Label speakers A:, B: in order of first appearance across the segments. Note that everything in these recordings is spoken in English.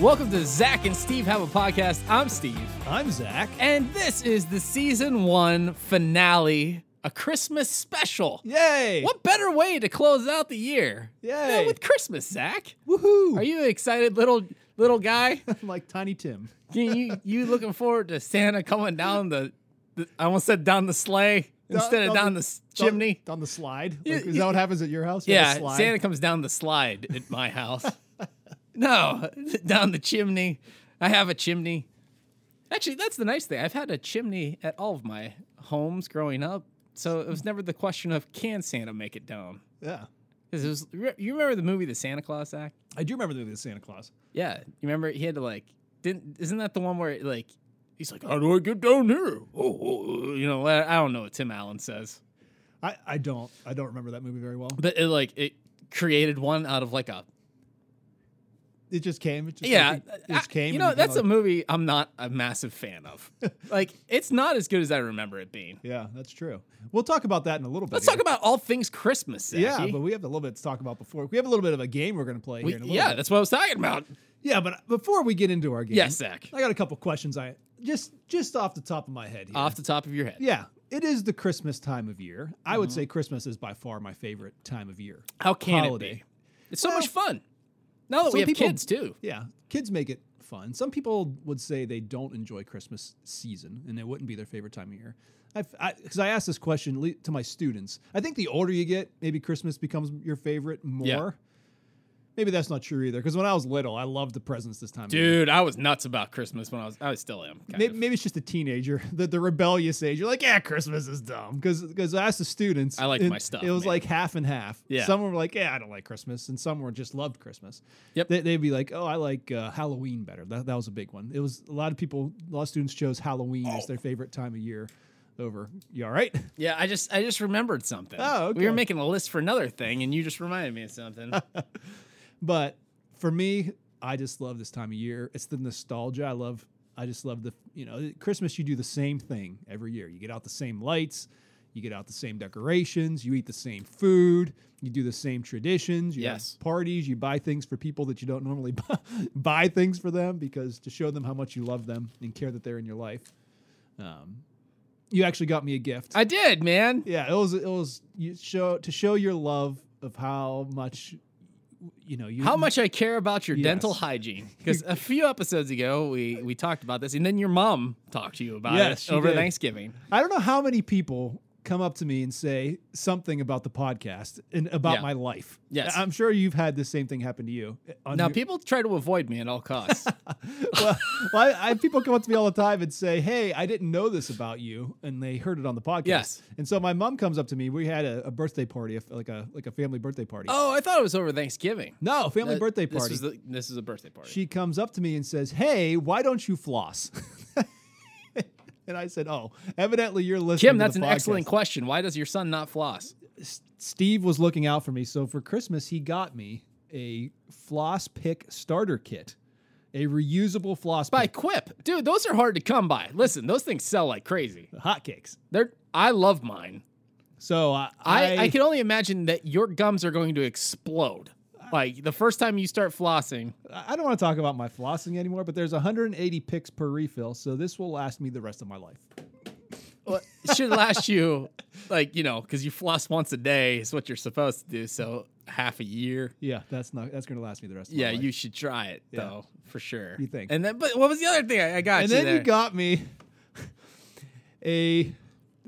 A: Welcome to Zach and Steve Have a Podcast. I'm Steve,
B: I'm Zach.
A: and this is the season one finale, a Christmas special.
B: Yay!
A: What better way to close out the year than
B: Yay.
A: with Christmas, Zach?
B: Woohoo!
A: Are you excited, little little guy?
B: like Tiny Tim?
A: you, you you looking forward to Santa coming down the, the I almost said down the sleigh instead of down the, s chimney.
B: Down the slide? Like,
A: Yeah,
B: is
A: yeah.
B: that what happens at your house? You have a
A: Yeah,
B: slide?
A: Santa comes down the slide at my house. no, down the chimney. I have a chimney. Actually, that's the nice thing. I've had a chimney at all of my homes growing up, so it was never the question of can Santa make it down.
B: Yeah.
A: 'Cause it was, re- you remember the movie The Santa Claus Act?
B: I do remember the the Santa Claus.
A: Yeah, you remember he had to like didn't isn't that the one where like he's like how do I get down here? Oh, oh, oh," you know I I don't know what Tim Allen says,
B: I, I don't I don't remember that movie very well.
A: but it like it created one out of like a
B: It just came. It just,
A: yeah,
B: like, it just
A: I-
B: came.
A: You
B: and
A: know,
B: became
A: that's a
B: like-
A: movie I'm not a massive fan of. like, it's not as good as I remember it being.
B: yeah, that's true. We'll talk about that in a little bit.
A: Let's
B: here.
A: talk about all things Christmas.
B: Yeah,
A: Zachy.
B: but we have a little bit to talk about before. We have a little bit of a game we're going to play
A: We-
B: here in a little
A: yeah,
B: bit.
A: that's what I was talking about.
B: Yeah, but before we get into our game,
A: Yes, Zach.
B: I got a couple questions. I just just off the top of my head here.
A: Off the top of your head,
B: Yeah, it is the Christmas time of year. I would say Christmas is by far my favorite time of year.
A: Mm-hmm. how can it be?
B: Holiday.
A: It's so much fun. Now that we
B: some
A: have
B: people-
A: kids too.
B: Yeah, kids make it fun. Some people would say they don't enjoy Christmas season and it wouldn't be their favorite time of year. Because I, 'cause I asked this question le- to my students. I think the older you get, maybe Christmas becomes your favorite more.
A: Yeah.
B: Maybe that's not true either. Because when I was little, I loved the presents this time. of year.
A: Dude, I was nuts about Christmas when I was. I still am. kind
B: Maybe,
A: of.
B: maybe it's just a teenager, the, the rebellious age. You're like, yeah, Christmas is dumb. Because I asked the students.
A: I liked
B: and
A: my stuff,
B: It was
A: man.
B: like half and half.
A: Yeah.
B: Some were like, yeah, I don't like Christmas. And some were just loved Christmas.
A: Yep.
B: They, they'd be like, oh, I like uh, Halloween better. That, that was a big one. It was a lot of people, a lot of students chose Halloween
A: Oh.
B: as their favorite time of year over. You all right?
A: Yeah, I just I just remembered something.
B: Oh,
A: We were
B: okay.
A: making a list for another thing, and you just reminded me of something.
B: But for me, I just love this time of year. It's the nostalgia. I love. I just love the you know Christmas. You do the same thing every year. You get out the same lights, you get out the same decorations, you eat the same food, you do the same traditions. You have
A: Yes.
B: parties. You buy things for people that you don't normally buy, buy things for them because to show them how much you love them and care that they're in your life. Um, you actually got me a gift.
A: I did, man.
B: Yeah, it was it was you show to show your love of how much you know you
A: how much I care about your dental
B: Yes.
A: hygiene. Because a few episodes ago, we we talked about this, and then your mom talked to you about
B: Yes,
A: it
B: she
A: over
B: did.
A: Thanksgiving.
B: I don't know how many people come up to me and say something about the podcast and about
A: Yeah.
B: my life.
A: Yes.
B: I'm sure you've had the same thing happen to you. On
A: Now
B: your-
A: people try to avoid me at all costs.
B: well, well, I, I, people come up to me all the time and say, "Hey, I didn't know this about you," and they heard it on the podcast.
A: Yes.
B: And so my mom comes up to me. We had a, a birthday party, a- like a like a family birthday party.
A: oh, I thought it was over Thanksgiving.
B: No, family
A: That-
B: birthday
A: This
B: party.
A: is, the, this is a birthday party.
B: she comes up to me and says, "Hey, why don't you floss?" and I said, "Oh, evidently you're listening."
A: Kim,
B: to
A: that's
B: the
A: an
B: podcast."
A: excellent question. Why does your son not floss?
B: S- Steve was looking out for me, so for Christmas he got me a floss pick starter kit, a reusable floss
A: By
B: pick.
A: Quip, dude. Those are hard to come by. Listen, those things sell like crazy.
B: Hotcakes.
A: They're I love mine.
B: So uh,
A: I, I can only imagine that your gums are going to explode. Like the first time you start flossing,
B: I don't want to talk about my flossing anymore, but there's 180 picks per refill, so this will last me the rest of my life.
A: Well, it should last you, like, you know, because you floss once a day is what you're supposed to do. So half a year.
B: Yeah, that's not that's going to last me the rest. of
A: Yeah,
B: my life.
A: you should try it, though, for sure.
B: You think.
A: And then, but what was the other thing I, I got
B: and
A: you
B: then you
A: there?
B: got me a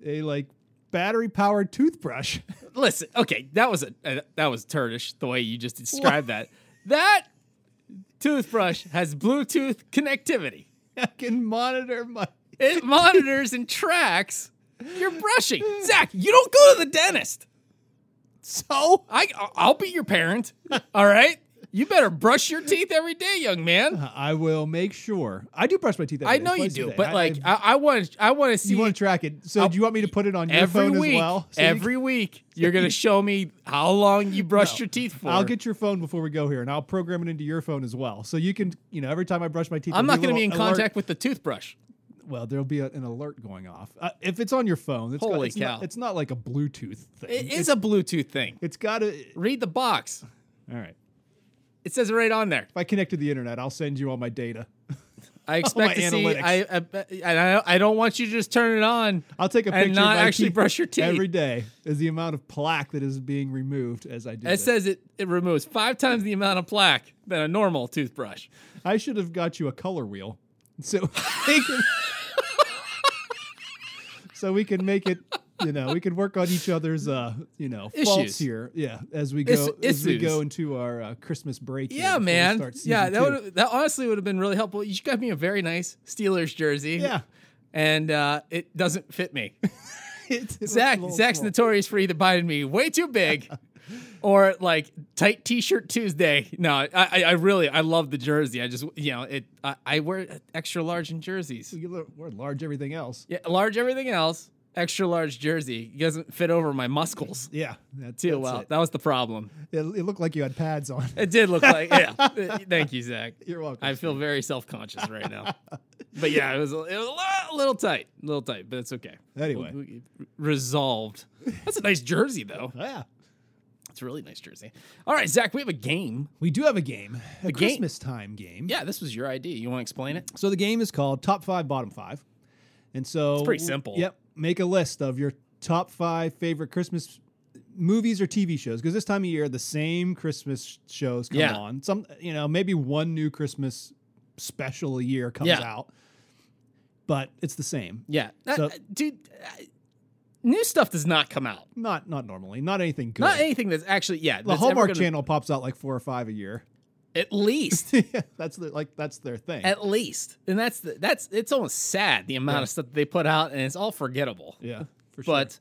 B: a like battery powered toothbrush.
A: Listen, okay, that was a, uh, that was turdish the way you just described that. That toothbrush has Bluetooth connectivity.
B: I can monitor my.
A: It monitors and tracks your brushing. Zach, you don't go to the dentist.
B: So
A: I, I'll be your parent. All right. You better brush your teeth every day, young man.
B: I will make sure I do brush my teeth. every
A: I
B: day,
A: know you
B: twice a
A: do,
B: day.
A: but
B: I-
A: like
B: I-
A: I, I want to, I want to see
B: you want to track it. So do you want me to put it on your
A: every
B: phone
A: week.
B: as well? So you
A: every week, you're gonna show me how long you brushed your teeth for.
B: can- I'll get your phone before we go here, and I'll program it into your phone as well. So you can, you know, every time I brush my teeth,
A: I'm
B: there'll
A: not gonna
B: a
A: be in
B: little alert-
A: contact with the toothbrush.
B: Well, there'll be a- an alert going off uh, if it's on your phone. It's got-
A: Holy
B: it's not-
A: cow.
B: it's not like a Bluetooth thing.
A: It is a Bluetooth thing.
B: It's got to.
A: Read the box.
B: All right.
A: It says it right on there.
B: If I connect to the internet, I'll send you all my data.
A: I expect to see.
B: Oh, analytics.
A: I, I, and I I don't want you to just turn it on.
B: I'll take a
A: And
B: picture
A: not
B: of my
A: actually
B: teeth
A: brush your teeth.
B: every day. Is the amount of plaque that is being removed as I do.
A: It
B: this.
A: says it, it removes five times the amount of plaque than a normal toothbrush.
B: I should have got you a color wheel, so they can- so we can make it. You know, we can work on each other's, uh, you know,
A: Issues.
B: faults here. Yeah, as we go,
A: Is-
B: as we
A: issues.
B: go into our uh, Christmas break. here
A: Yeah,
B: before we
A: man.
B: start season
A: Yeah, that
B: two.
A: would that honestly would have been really helpful. You got me a very nice Steelers jersey.
B: Yeah,
A: and uh, it doesn't fit me.
B: It- it was a
A: Zach
B: little
A: Zach's
B: small.
A: notorious for either buying me way too big, or like tight T-shirt Tuesday. No, I, I I really I love the jersey. I just you know it. I, I wear extra large in jerseys.
B: You lo- we're large. Everything else.
A: Yeah, large everything else. Extra large jersey It doesn't fit over my muscles
B: Yeah, that's,
A: too
B: that's
A: well.
B: it.
A: That was the problem.
B: It, it looked like you had pads on.
A: It did look like yeah. Thank you, Zach.
B: You're welcome.
A: I feel very self conscious right now. But yeah, it was a- it was a little, little tight, a little tight, but it's okay.
B: Anyway.
A: We- we- resolved. That's a nice jersey though.
B: yeah,
A: It's a really nice jersey. All right, Zach, we have a game.
B: we do have a game,
A: game.
B: a, Christmas time game.
A: Yeah, this was your idea. You want to explain it?
B: So the game is called Top Five, Bottom Five, and so it's
A: pretty simple.
B: Yep. Make a list of your top five favorite Christmas movies or TV shows because this time of year the same Christmas shows come
A: Yeah.
B: on. Some you know maybe one new Christmas special a year comes
A: Yeah.
B: out, but it's the same.
A: Yeah, That-
B: So-
A: dude. uh, New stuff does not come out.
B: Not not normally. Not anything good.
A: Not anything that's actually yeah.
B: the Hallmark Channel pops out like four or five a year.
A: at least,
B: yeah, that's the, like that's their thing.
A: at least, and that's the, that's it's almost sad the amount
B: Yeah.
A: of stuff that they put out, and it's all forgettable.
B: yeah, for sure.
A: but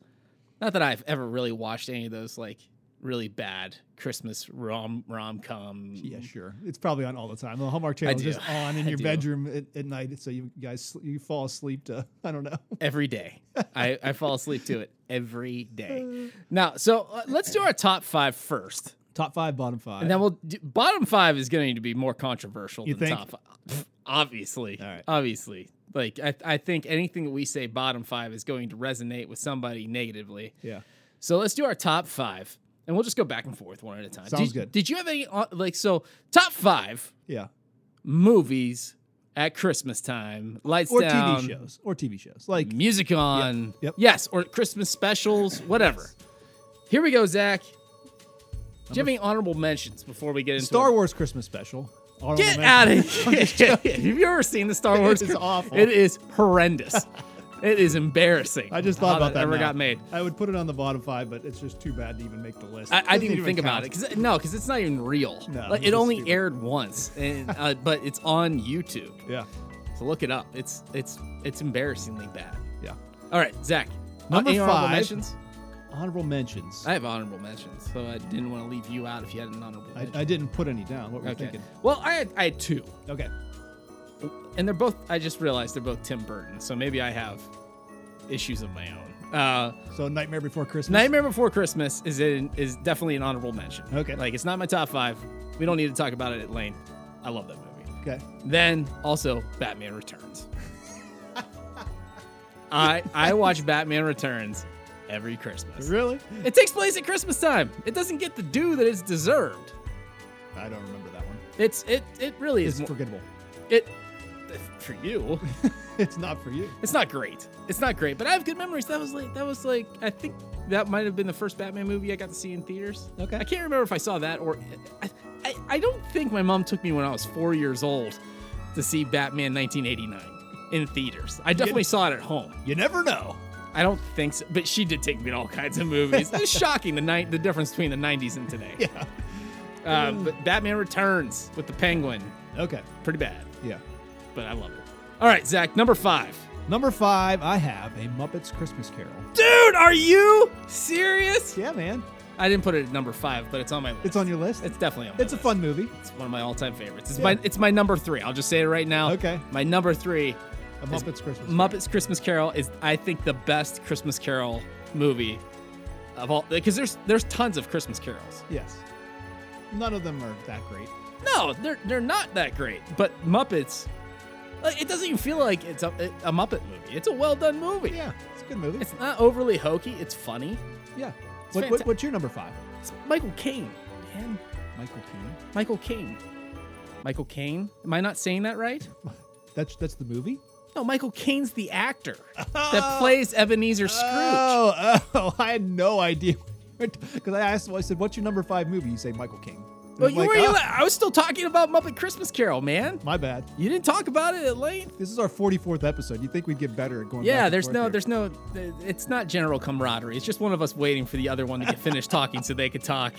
A: not that I've ever really watched any of those like really bad Christmas rom rom com.
B: Yeah, sure. It's probably on all the time. The Hallmark Channel is
A: do.
B: just on
A: Mm-hmm.
B: in
A: I
B: your
A: do.
B: bedroom at, at night, so you guys sl- you fall asleep to I don't know.
A: every day. I, I fall asleep to it every day. Now, so uh, let's do our top five first,
B: Top five, bottom five.
A: and then we'll do, bottom five is going to need to be more controversial
B: You
A: than
B: think?
A: top five. Obviously,
B: All right.
A: obviously. Like I, I think anything that we say bottom five is going to resonate with somebody negatively.
B: yeah,
A: So let's do our top five, and we'll just go back and forth one at a time.
B: Sounds
A: did,
B: good.
A: Did you have any uh, like so top five
B: yeah,
A: movies at Christmas time? Lights
B: or
A: down,
B: TV shows, or TV shows. Like
A: music on.
B: yep.
A: Yes, or Christmas specials, whatever. Here we go, Zach. Do you have any honorable mentions before we get into
B: Star
A: it?
B: Wars Christmas special. Honorable
A: Get
B: mention.
A: out of here! have you ever seen the Star Wars?
B: is
A: Chris-
B: awful.
A: It is horrendous. it is embarrassing.
B: I just thought
A: how
B: about that.
A: Ever
B: now.
A: got made?
B: I would put it on the bottom five, but it's just too bad to even make the list.
A: I, I
B: Doesn't
A: didn't even think about it
B: count.
A: 'cause- no, because it's not even real.
B: No,
A: like,
B: it's
A: it only
B: stupid.
A: aired once, and uh, but it's on YouTube.
B: Yeah,
A: So look it up. It's it's it's embarrassingly bad.
B: yeah.
A: All right, Zach. uh,
B: Number
A: any honorable
B: five.
A: mentions?
B: Honorable mentions.
A: I have honorable mentions, so I didn't want to leave you out if you had an honorable
B: I,
A: mention.
B: I didn't put any down. What were you
A: okay.
B: thinking?
A: Well, I had, I had two,
B: Okay.
A: and they're both. I just realized they're both Tim Burton, so maybe I have issues of my own. Uh,
B: So Nightmare Before Christmas.
A: Nightmare Before Christmas is in, is definitely an honorable mention.
B: Okay.
A: like it's not my top five. We don't need to talk about it at length. I love that movie.
B: Okay.
A: Then also Batman Returns. I I watch Batman Returns every Christmas.
B: Really?
A: It takes place at Christmas time. It doesn't get the due that it's deserved.
B: I don't remember that one.
A: It's it it really
B: It's
A: is more,
B: forgettable.
A: it for you.
B: It's not for you.
A: It's not great. It's not great, but I have good memories. That was like that was like I think that might have been the first Batman movie I got to see in theaters.
B: Okay.
A: I can't remember if I saw that or I, I, I don't think my mom took me when I was four years old to see Batman 1989 in theaters. I definitely saw it at home.
B: You never know.
A: I don't think so, but she did take me to all kinds of movies. it's shocking the night the difference between the 90s and today.
B: Yeah.
A: Uh, but Batman Returns with the Penguin,
B: Okay.
A: pretty bad,
B: Yeah.
A: but I love it. All right, Zach, number five.
B: Number five, I have a Muppets Christmas Carol.
A: Dude, are you serious?
B: Yeah, man.
A: I didn't put it at number five, but it's on my list.
B: It's on your list.
A: It's definitely on. My
B: It's a
A: list.
B: fun movie.
A: It's one of my all-time favorites. It's
B: Yeah.
A: my it's my number three. I'll just say it right now.
B: Okay.
A: My number three,
B: A Muppets Christmas.
A: Muppets Christmas Carol, is I think the best Christmas Carol movie of all because there's there's tons of Christmas carols.
B: Carol. Yes. None of them are that great.
A: No, they're they're not that great, but Muppets, like, it doesn't even feel like it's a, a Muppet movie. It's a well done movie.
B: Yeah, it's a good movie.
A: It's not overly hokey. It's funny.
B: yeah. What, what,
A: fantastic.
B: what's your number five?
A: It's Michael Caine, man.
B: Michael Caine.
A: Michael Caine. Michael Caine? Am I not saying that right?
B: That's that's the movie.
A: No, Michael Caine's the actor that plays Ebenezer Scrooge.
B: Oh, oh, I had no idea. Because I asked, well, I said, "What's your number five movie?" You say Michael Caine. And
A: Well,
B: I'm
A: you
B: like,
A: were you?
B: "Oh,
A: I was still talking about Muppet Christmas Carol, man.
B: My bad.
A: You didn't talk about it at length.
B: This is our 44th episode. You think we'd get better at going? back
A: Yeah,
B: and
A: there's
B: forth
A: no,
B: here.
A: there's no, it's not general camaraderie. It's just one of us waiting for the other one to get finished talking so they could talk.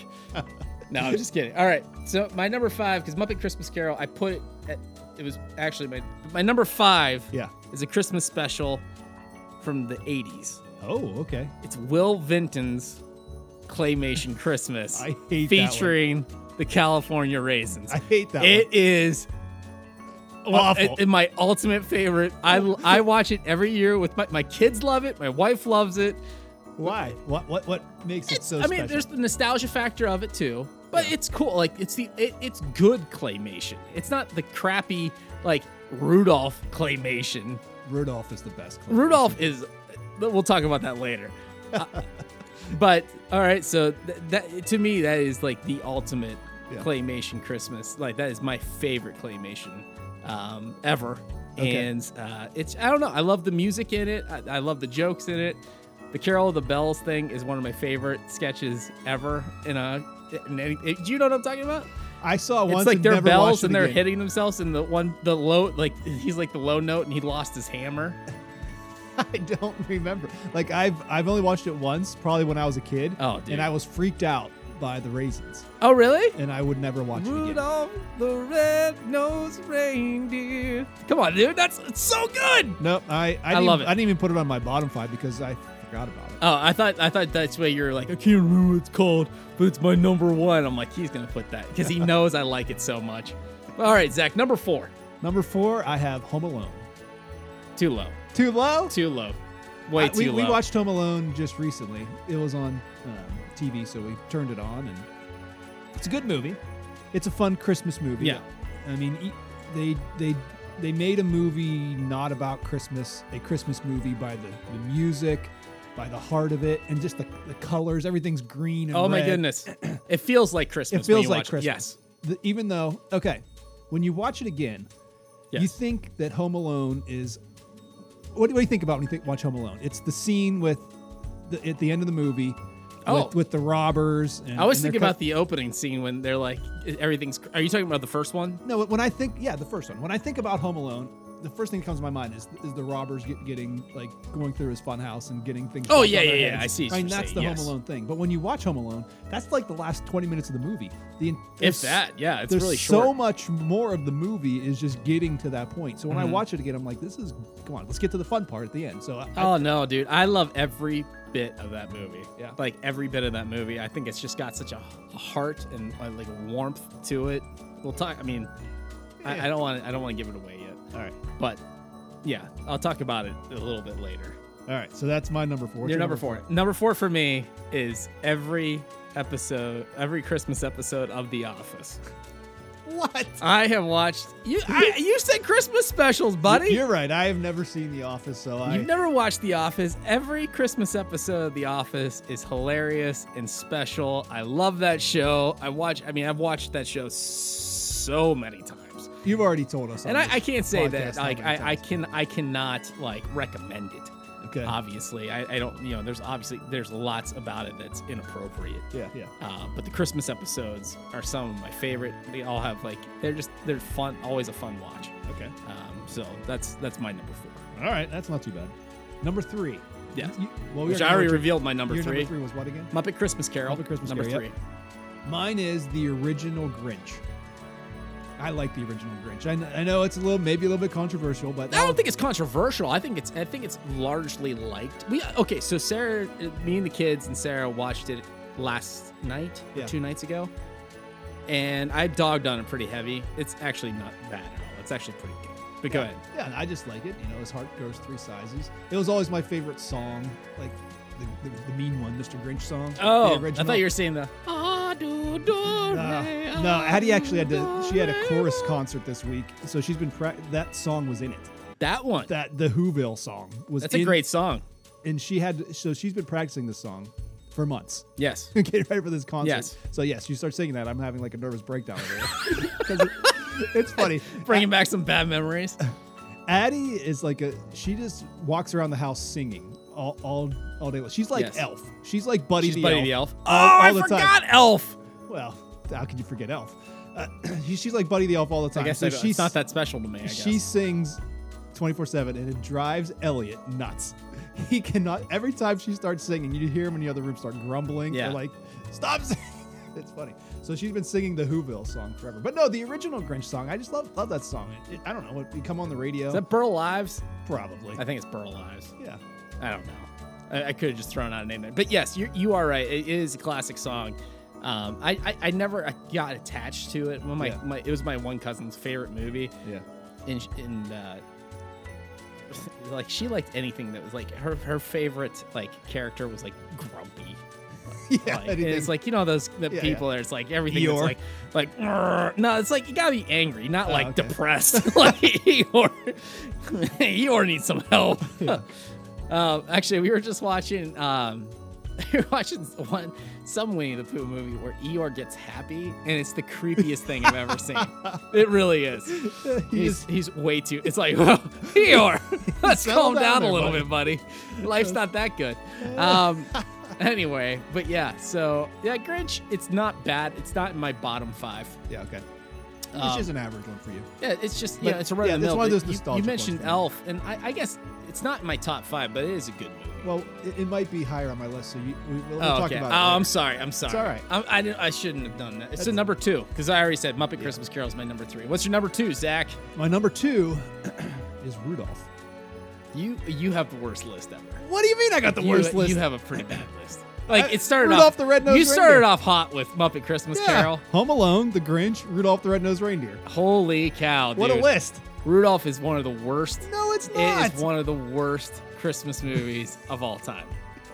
A: No, I'm just kidding. All right, so my number five, because Muppet Christmas Carol, I put it, at, it was actually my my number five
B: Yeah.
A: is a Christmas special from the '80s.
B: Oh, okay.
A: It's Will Vinton's Claymation Christmas,
B: I hate that one.
A: featuring the California Raisins.
B: I hate that.
A: It is
B: Awful.
A: it- it- my ultimate favorite. I, I watch it every year with my, my kids love it. My wife loves it.
B: one. Why? What? What? What makes it so
A: I mean,
B: special?
A: there's the nostalgia factor of it too, but it's cool. Like it's the it, it's good claymation. It's not the crappy like Rudolph claymation.
B: Rudolph is the best. Clint
A: Rudolph is. but We'll talk about that later. Uh, but all right, so th- that to me that is like the ultimate
B: Yeah.
A: claymation Christmas. Like that is my favorite claymation um, ever.
B: Okay.
A: And uh, it's I don't know. I love the music in it. I, I love the jokes in it. The Carol of the Bells thing is one of my favorite sketches ever. In a, in any, do you know what I'm talking about?
B: I saw once.
A: it's like
B: and
A: their
B: never
A: bells
B: watched it
A: and they're
B: again.
A: hitting themselves and the one the low like he's like the low note and he lost his hammer.
B: I don't remember. Like I've I've only watched it once, probably when I was a kid.
A: Oh, dude.
B: And I was freaked out by the raisins,
A: Oh really?
B: and I would never watch it again.
A: Rudolph the red-nosed reindeer. Come on, dude, that's it's so good.
B: No, I I, didn't,
A: love it.
B: I didn't even put it on my bottom five because I forgot about it.
A: Oh, I thought I thought that's where you're like, I can't remember what it's called, but it's my number one. I'm like, he's gonna put that because he knows I like it so much. All right, Zach, number four,
B: Number four, I have Home Alone.
A: too low,
B: Too low.
A: too low, way
B: Uh,
A: too
B: we,
A: low.
B: we watched Home Alone just recently. It was on um, TV, so we turned it on, and it's a good movie. It's a fun Christmas movie.
A: Yeah.
B: I mean, e- they they they made a movie not about Christmas, a Christmas movie by the, the music, by the heart of it, and just the, the colors. Everything's green. And
A: oh my
B: red.
A: goodness, it feels like Christmas.
B: It
A: when
B: feels
A: you
B: like
A: watch Yes,
B: Christmas. The- even though, okay, when you watch it again, you
A: Yes.
B: think that Home Alone is. What, do- what do you think about when you think, watch Home Alone? It's the scene with the, at the end of the movie.
A: Oh.
B: With, with the robbers. And,
A: I always
B: and their
A: think about
B: cou-
A: the opening scene when they're like, everything's. Are you talking about the first one?
B: No, when I think, yeah, the first one. When I think about Home Alone, the first thing that comes to my mind is is the robbers get, getting like going through his fun house and getting things.
A: Oh,
B: dropped
A: yeah,
B: on their
A: yeah, yeah,
B: heads.
A: I see what
B: I mean,
A: you're
B: that's
A: saying,
B: the
A: yes.
B: Home Alone thing. But when you watch Home Alone, that's like the last twenty minutes of the movie. The en-
A: If
B: there's-
A: that, yeah, it's
B: there's
A: really
B: so
A: short.
B: much more of the movie is just getting to that point. So when I
A: Mhm.
B: watch it again, I'm like, this is come on, let's get to the fun part at the end. So I,
A: Oh no, dude! I love every bit of that movie.
B: Yeah.
A: like every bit of that movie. I think it's just got such a a heart and uh, like warmth to it. We'll talk. I mean, I, I don't want. I don't want to give it away yet.
B: all right,
A: But yeah, I'll talk about it a little bit later.
B: all right. So that's my number four. What's
A: Your number four. Number four for me is every episode, every Christmas episode of The Office.
B: What?
A: I have watched you. I, you said Christmas specials, buddy.
B: You're right. I have never seen The Office, so I.
A: You've never watched The Office. Every Christmas episode of The Office is hilarious and special. I love that show. I watch. I mean, I've watched that show so many times,
B: You've already told us. on
A: and I,
B: this
A: I can't say
B: podcast
A: that.
B: how
A: Like,
B: many
A: I, I
B: times.
A: can. I cannot like recommend it.
B: Okay.
A: Obviously, I, I don't. You know, there's obviously there's lots about it that's inappropriate.
B: yeah, yeah.
A: Uh, but the Christmas episodes are some of my favorite. They all have like they're just they're fun. Always a fun watch.
B: Okay.
A: Um, so that's that's my number four.
B: All right, that's not too bad. Number three.
A: Yeah.
B: You- well, we
A: Which I already
B: know what
A: revealed my number
B: your- your
A: three.
B: number three was what again?
A: Muppet Christmas Carol.
B: Muppet Christmas
A: number
B: Carol,
A: three.
B: yep. Mine is the original Grinch. I like the original Grinch. I, kn- I know it's a little, maybe a little bit controversial, but
A: I don't think it's controversial. I think it's I think it's largely liked. We okay. So Sarah, me and the kids and Sarah watched it last night, or
B: Yeah.
A: two nights ago, and I dogged on it pretty heavy. It's actually not bad at all. It's actually pretty good. But go ahead.
B: Yeah, I just like it. You know, his heart goes three sizes. It was always my favorite song, like the, the, the mean one, Mr. Grinch song.
A: Oh,
B: the
A: I thought you were saying the. Ah, do, do, re,
B: No, no,
A: ah,
B: Addie actually had to.
A: do,
B: She had a
A: re,
B: chorus
A: ah.
B: concert this week, so she's been. Pra- that song was in it.
A: That one.
B: That the Whoville song was.
A: That's
B: in,
A: a great song.
B: And she had. So she's been practicing this song for months.
A: Yes.
B: Get ready for this concert.
A: Yes.
B: So yes, you start singing that, I'm having like a nervous breakdown over there. 'Cause it- it's funny.
A: Bringing back some bad memories.
B: Addie is like a she just walks around the house singing all all, all day long. She's like
A: Yes.
B: Elf. She's like Buddy,
A: She's
B: the,
A: Buddy
B: elf.
A: the Elf.
B: all-
A: oh, I
B: all the time.
A: forgot Elf.
B: Well, how could you forget Elf? Uh, she- she's like Buddy the Elf all the time.
A: I guess
B: so
A: I-
B: she's
A: it's not that special to me. I guess.
B: she sings 24/7 and it drives Elliot nuts. He cannot every time she starts singing, you hear him in the other room start grumbling
A: Yeah.
B: or like stop singing. It's funny. So she's been singing the Whoville song forever. But no, the original Grinch song. I just love love that song. It- it- I don't know. It, it come on the radio.
A: is that Burl Lives?
B: Probably.
A: I think it's Burl Lives.
B: yeah.
A: I don't know. I, I could have just thrown out a name there, but yes, you you are right. It is a classic song. Um, I, I I never got attached to it. When my,
B: Yeah.
A: my it was my one cousin's favorite movie,
B: Yeah.
A: and sh- and uh, like she liked anything that was like her her favorite like character was like grumpy.
B: Yeah.
A: Like,
B: anything.
A: it's like you know those the
B: Yeah,
A: people that it's like everything
B: Eeyore. Oh,
A: is like like "Grr." no, it's like you gotta be angry, not like
B: okay.
A: depressed. like Eeyore, Eeyore needs some help. um, actually, we were just watching um, we were watching one some Winnie the Pooh movie where Eeyore gets happy, and it's the creepiest thing I've ever seen. It really is. He's, he's way too. It's like, "Whoa, Eeyore, let's
B: Settle
A: calm down,
B: down there,
A: a little
B: buddy."
A: bit, buddy. Life's not that good. Um, anyway, but yeah, so yeah, Grinch, it's not bad. It's not in my bottom five.
B: yeah, okay.
A: Um,
B: It's just an average one for you.
A: Yeah, it's just,
B: But,
A: yeah, it's a right
B: yeah,
A: in the
B: that's
A: middle.
B: one of
A: but
B: those
A: you- you,
B: nostalgic
A: mentioned
B: ones for
A: Elf,
B: me.
A: and I, I guess it's not in my top five, but it is a good movie.
B: Well, it, it might be higher on my list, so you, we, we'll, we'll
A: Oh,
B: talk
A: okay.
B: about
A: Oh,
B: it.
A: I'm
B: later.
A: sorry. I'm sorry.
B: all right.
A: I'm, I, didn't- I shouldn't have done that. It's a
B: That's-
A: number two because I already said Muppet Christmas Carol is my number three. What's your number two, Zach?
B: my number two is Rudolph.
A: You you have the worst list ever.
B: What do you mean I got the
A: You-
B: worst
A: you,
B: list?
A: have a pretty bad list. Like
B: I-
A: it started
B: Rudolph
A: off
B: the Red-Nosed
A: You started
B: Reindeer.
A: off hot with Muppet Christmas
B: Yeah.
A: Carol.
B: Home Alone, The Grinch, Rudolph the Red-Nosed Reindeer.
A: Holy cow, dude!
B: What a list!
A: Rudolph is one of the worst.
B: No, it's not.
A: It is one of the worst Christmas movies of all time.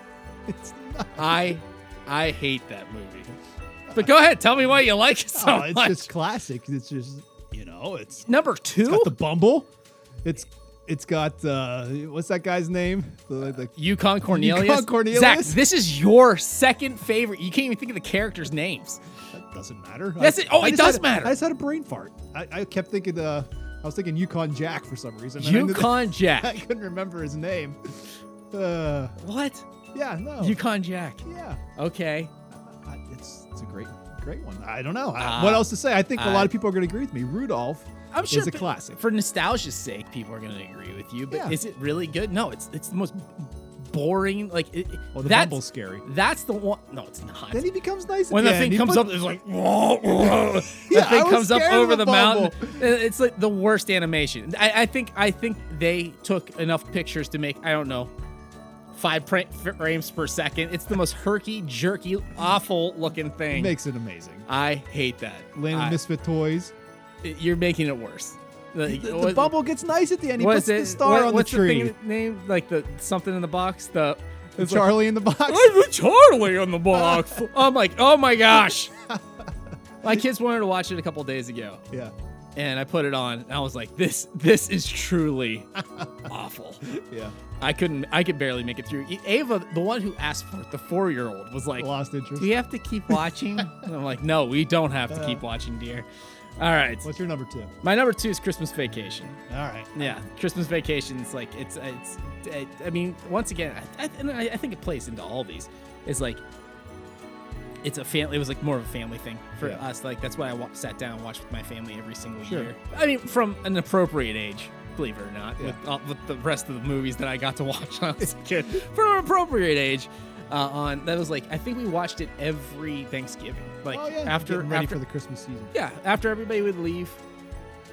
B: It's not.
A: I I hate that movie. But go ahead, tell me why you like it so
B: Oh, it's
A: much.
B: just classic. It's just you know, it's,
A: Number
B: it's
A: two,
B: got the Bumble. It's it's got uh, what's that guy's name? The, the,
A: Yukon Cornelius.
B: Yukon Cornelius?
A: Zach, this is your second favorite. You can't even think of the characters' names.
B: that doesn't matter.
A: Yes, it- oh, it
B: just
A: does
B: had a-
A: matter.
B: I just had a brain fart. I, I kept thinking uh, I was thinking Yukon Jack for some reason. and I knew that-
A: Yukon
B: I
A: Jack.
B: couldn't remember his name. Uh,
A: What?
B: yeah, no.
A: Yukon Jack.
B: yeah.
A: Okay.
B: I, it's it's a great great one. I don't know I-
A: Uh,
B: what else to say. I think a
A: I-
B: lot of people are going to agree with me. Rudolph
A: I'm sure
B: is a
A: pe-
B: classic.
A: for nostalgia's sake, people are going to agree with you. But
B: Yeah.
A: is it really good? No, it's it's the most boring. Like it,
B: Well, the
A: that's,
B: Bumble's scary.
A: That's the one. No, it's not.
B: Then he becomes nice.
A: when the
B: at the end.
A: thing
B: He
A: comes
B: put-
A: up, it's like whoa, whoa.
B: Yeah,
A: the
B: I
A: thing
B: was
A: comes up
B: scared of
A: over
B: the
A: the, mountain. It's like the worst animation. I, I think I think they took enough pictures to make I don't know five pra- frames per second. It's the most herky jerky, awful looking thing.
B: makes it amazing.
A: I hate that.
B: Land
A: I-
B: of Misfit Toys.
A: you're making it worse. Like,
B: The, the
A: what-
B: Bumble gets nice at the end. He
A: what
B: puts
A: is it?
B: the star
A: What-
B: on the
A: what's
B: tree.
A: thing name like the something in the box? The it's like,
B: Charlie in the box.
A: I'm with Charlie on the box. I'm like, oh my gosh. My kids wanted to watch it a couple days ago,
B: yeah,
A: and I put it on, and I was like, this this is truly awful.
B: yeah.
A: I couldn't, I could barely make it through. E, Ava, the one who asked for it, the four year old, was like,
B: Lost interest.
A: do we have to keep watching? and I'm like, no, we don't have to
B: Uh.
A: keep watching, dear. All right.
B: What's your number two? All
A: My number two is Christmas Vacation.
B: right.
A: Yeah, Christmas Vacation is like it's it's. I, I mean, once again, I, I, and I, I think it plays into all these. Is like, it's a family. It was like more of a family thing for
B: Yeah.
A: us. Like that's why I wa- sat down and watched with my family every single
B: Sure.
A: year. I mean, from an appropriate age, believe it or not,
B: Yeah.
A: with, all, with the rest of the movies that I got to watch when I was a kid, from an appropriate age. Uh, on that was like I think we watched it every Thanksgiving. Like
B: oh yeah.
A: after
B: Getting ready
A: after
B: for the Christmas season.
A: yeah, after everybody would leave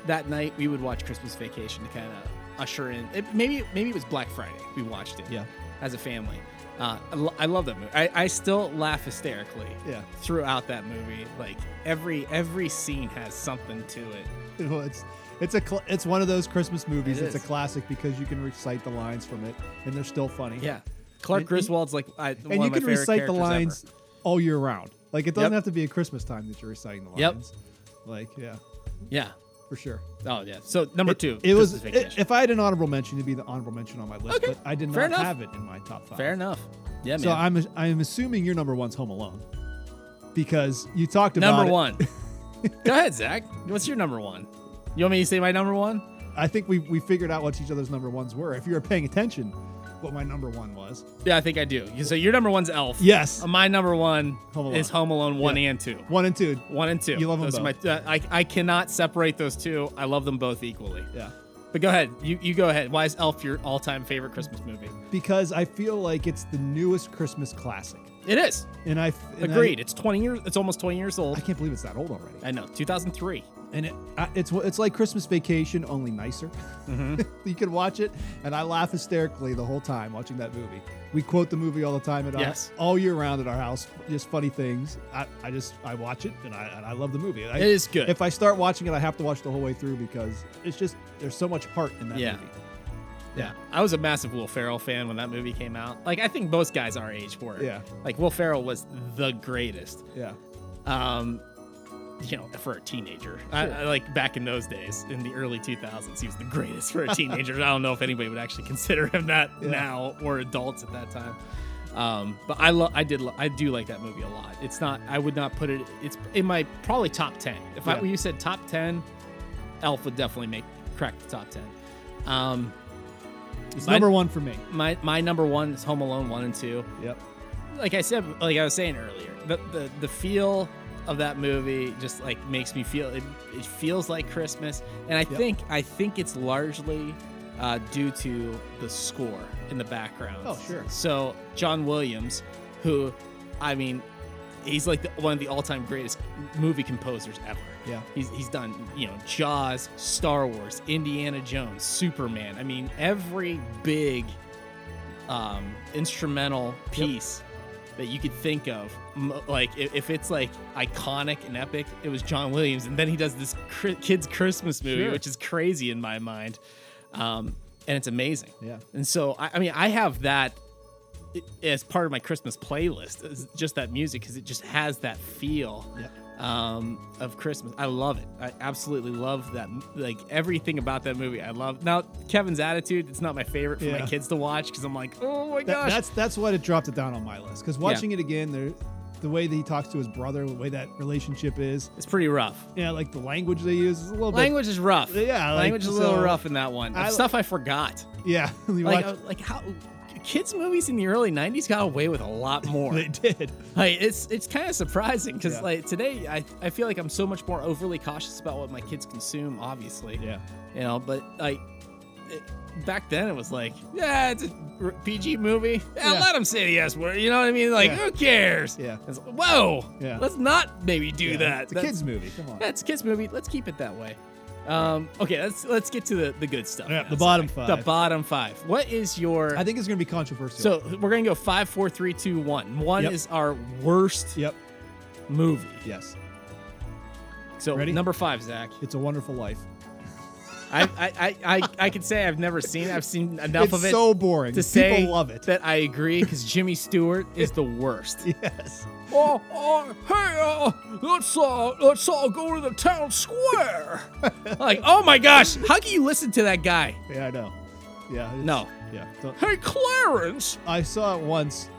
A: that night, we would watch Christmas Vacation to kind of usher in. It, maybe maybe it was Black Friday. We watched it
B: Yeah.
A: as a family. Uh, I, lo- I love that movie. I, I still laugh hysterically
B: Yeah.
A: throughout that movie. Like every every scene has something to it.
B: Well, it's it's a cl- it's one of those Christmas movies.
A: It
B: it's
A: is.
B: a classic because you can recite the lines from it, and they're still funny.
A: Yeah, Clark
B: And-
A: Griswold's like I, one
B: and
A: of
B: you
A: my
B: can
A: favorite
B: recite the
A: characters ever.
B: lines all year round. Like it doesn't
A: Yep.
B: have to be a Christmas time that you're reciting the
A: Yep.
B: lines. Like yeah,
A: Yeah.
B: for sure.
A: Oh yeah. So number
B: It-
A: two,
B: It was
A: Christmas Vacation.
B: if I had an honorable mention, it'd be the honorable mention on my list,
A: Okay.
B: but I did
A: Fair
B: not
A: enough.
B: have it in my top five.
A: Fair enough. Yeah,
B: So
A: man.
B: I'm I'm assuming your number one's Home Alone because you talked about
A: number
B: it.
A: one. Go ahead, Zach. What's your number one? You want me to say my number one?
B: I think we we figured out what each other's number ones were. If you were paying attention, what my number one was.
A: Yeah, I think I do. You- So your number one's Elf.
B: Yes.
A: Uh, My number one
B: Home Alone.
A: is Home Alone one and two.
B: One and two.
A: One and two.
B: You love 'em
A: those are
B: both.
A: my- uh, I I cannot separate those two. I love them both equally.
B: Yeah.
A: But go ahead. You you go ahead. Why is Elf your all time favorite Christmas movie?
B: Because I feel like it's the newest Christmas classic.
A: It is.
B: And I f- and I-
A: Agreed. it's twenty years. It's almost twenty years
B: I
A: old.
B: can't believe it's that old already.
A: I know. Two thousand three.
B: and it, I, it's it's like Christmas Vacation only nicer.
A: Mm-hmm.
B: you can watch it, and I laugh hysterically the whole time watching that movie. We quote the movie all the time at our-
A: Yes.
B: all year round at our house. Just funny things. I, I just I watch it and I and I love the movie. I,
A: It is good.
B: If I start watching it, I have to watch the whole way through because it's just there's so much heart in that
A: Yeah.
B: movie.
A: Yeah. I was a massive Will Ferrell fan when that movie came out. Like I think most guys our age were.
B: Yeah.
A: Like Will Ferrell was the greatest.
B: Yeah,
A: Um, you know, for a teenager. I, I, like back in those days, in the early 2000s, he was the greatest for a teenager. I don't know if anybody would actually consider him that
B: Yeah.
A: now or adults at that time. Um, but I love, I did, lo- I do like that movie a lot. It's not, I would not put it. It's in my probably top ten. If I
B: Yeah.
A: when you said top ten, Elf would definitely make crack the top ten. Um,
B: it's
A: My-
B: number one for me.
A: my my number one is Home Alone one and two.
B: Yep.
A: Like I said, like I was saying earlier, the the, the feel of that movie just like makes me feel it, it feels like Christmas, and I think I think it's largely uh, due to the score in the background.
B: Oh, sure.
A: So John Williams, who, I mean, he's like the, one of the all-time greatest movie composers ever.
B: Yeah.
A: He's, he's done, you know, Jaws, Star Wars, Indiana Jones, Superman. I mean, every big um, instrumental piece that you could think of. m- Like, i- if it's like iconic and epic, it was John Williams. And then he does this cri- kids' Christmas movie,
B: Sure.
A: which is crazy in my mind. Um, and it's amazing.
B: Yeah.
A: And so, I, I mean, I have that i- as part of my Christmas playlist, is just that music, because it just has that feel
B: Yep.
A: um, of Christmas. I love it. I absolutely love that. Like everything about that movie, I love. Now Kevin's attitude. It's not my favorite for
B: Yeah.
A: my kids to watch because I'm like, oh my
B: That-
A: gosh.
B: that's that's what it dropped it down on my list because watching it again, there, the way that he talks to his brother, the way that relationship is,
A: it's pretty rough.
B: yeah, like the language they use is a little bit
A: Language is rough.
B: Yeah, like,
A: language is a little
B: so-
A: rough in that one.
B: I-
A: Stuff I forgot.
B: Yeah, you
A: Like,
B: watch-
A: uh, like how kids movies in the early '90s got away with a lot more.
B: they did.
A: like it's it's kind of surprising because
B: Yeah.
A: like today I, I feel like i'm so much more overly cautious about what my kids consume obviously
B: Yeah.
A: you know but like it, back then it was like yeah it's a r- pg movie yeah,
B: Yeah.
A: let them say the s word you know what i mean like
B: Yeah.
A: who cares
B: Yeah.
A: It's like, whoa
B: Yeah.
A: let's not maybe do
B: Yeah,
A: that
B: It's a
A: That's-
B: kids movie. Come on.
A: yeah, it's a kids movie let's keep it that way um, okay let's let's get to the, the good stuff
B: Yeah,
A: now,
B: the bottom
A: Zach. the
B: five.
A: bottom five what is your
B: I think it's gonna be controversial.
A: so we're gonna go five four three two one one
B: Yep.
A: is our worst
B: yep.
A: movie.
B: Yes.
A: So
B: Ready?
A: number five, Zach.
B: It's a Wonderful Life.
A: I I, I, I I could say I've never seen. it. I've seen enough
B: it's
A: of it
B: so boring.
A: to say
B: people love it.
A: that I agree because Jimmy Stewart is the worst.
B: yes.
A: oh, oh, hey, uh, let's uh, let's all go to the town square. like, oh my gosh, how can you listen to that guy?
B: Yeah, I know. Yeah. it's-
A: No.
B: Yeah. don't-
A: Hey, Clarence.
B: I saw it once.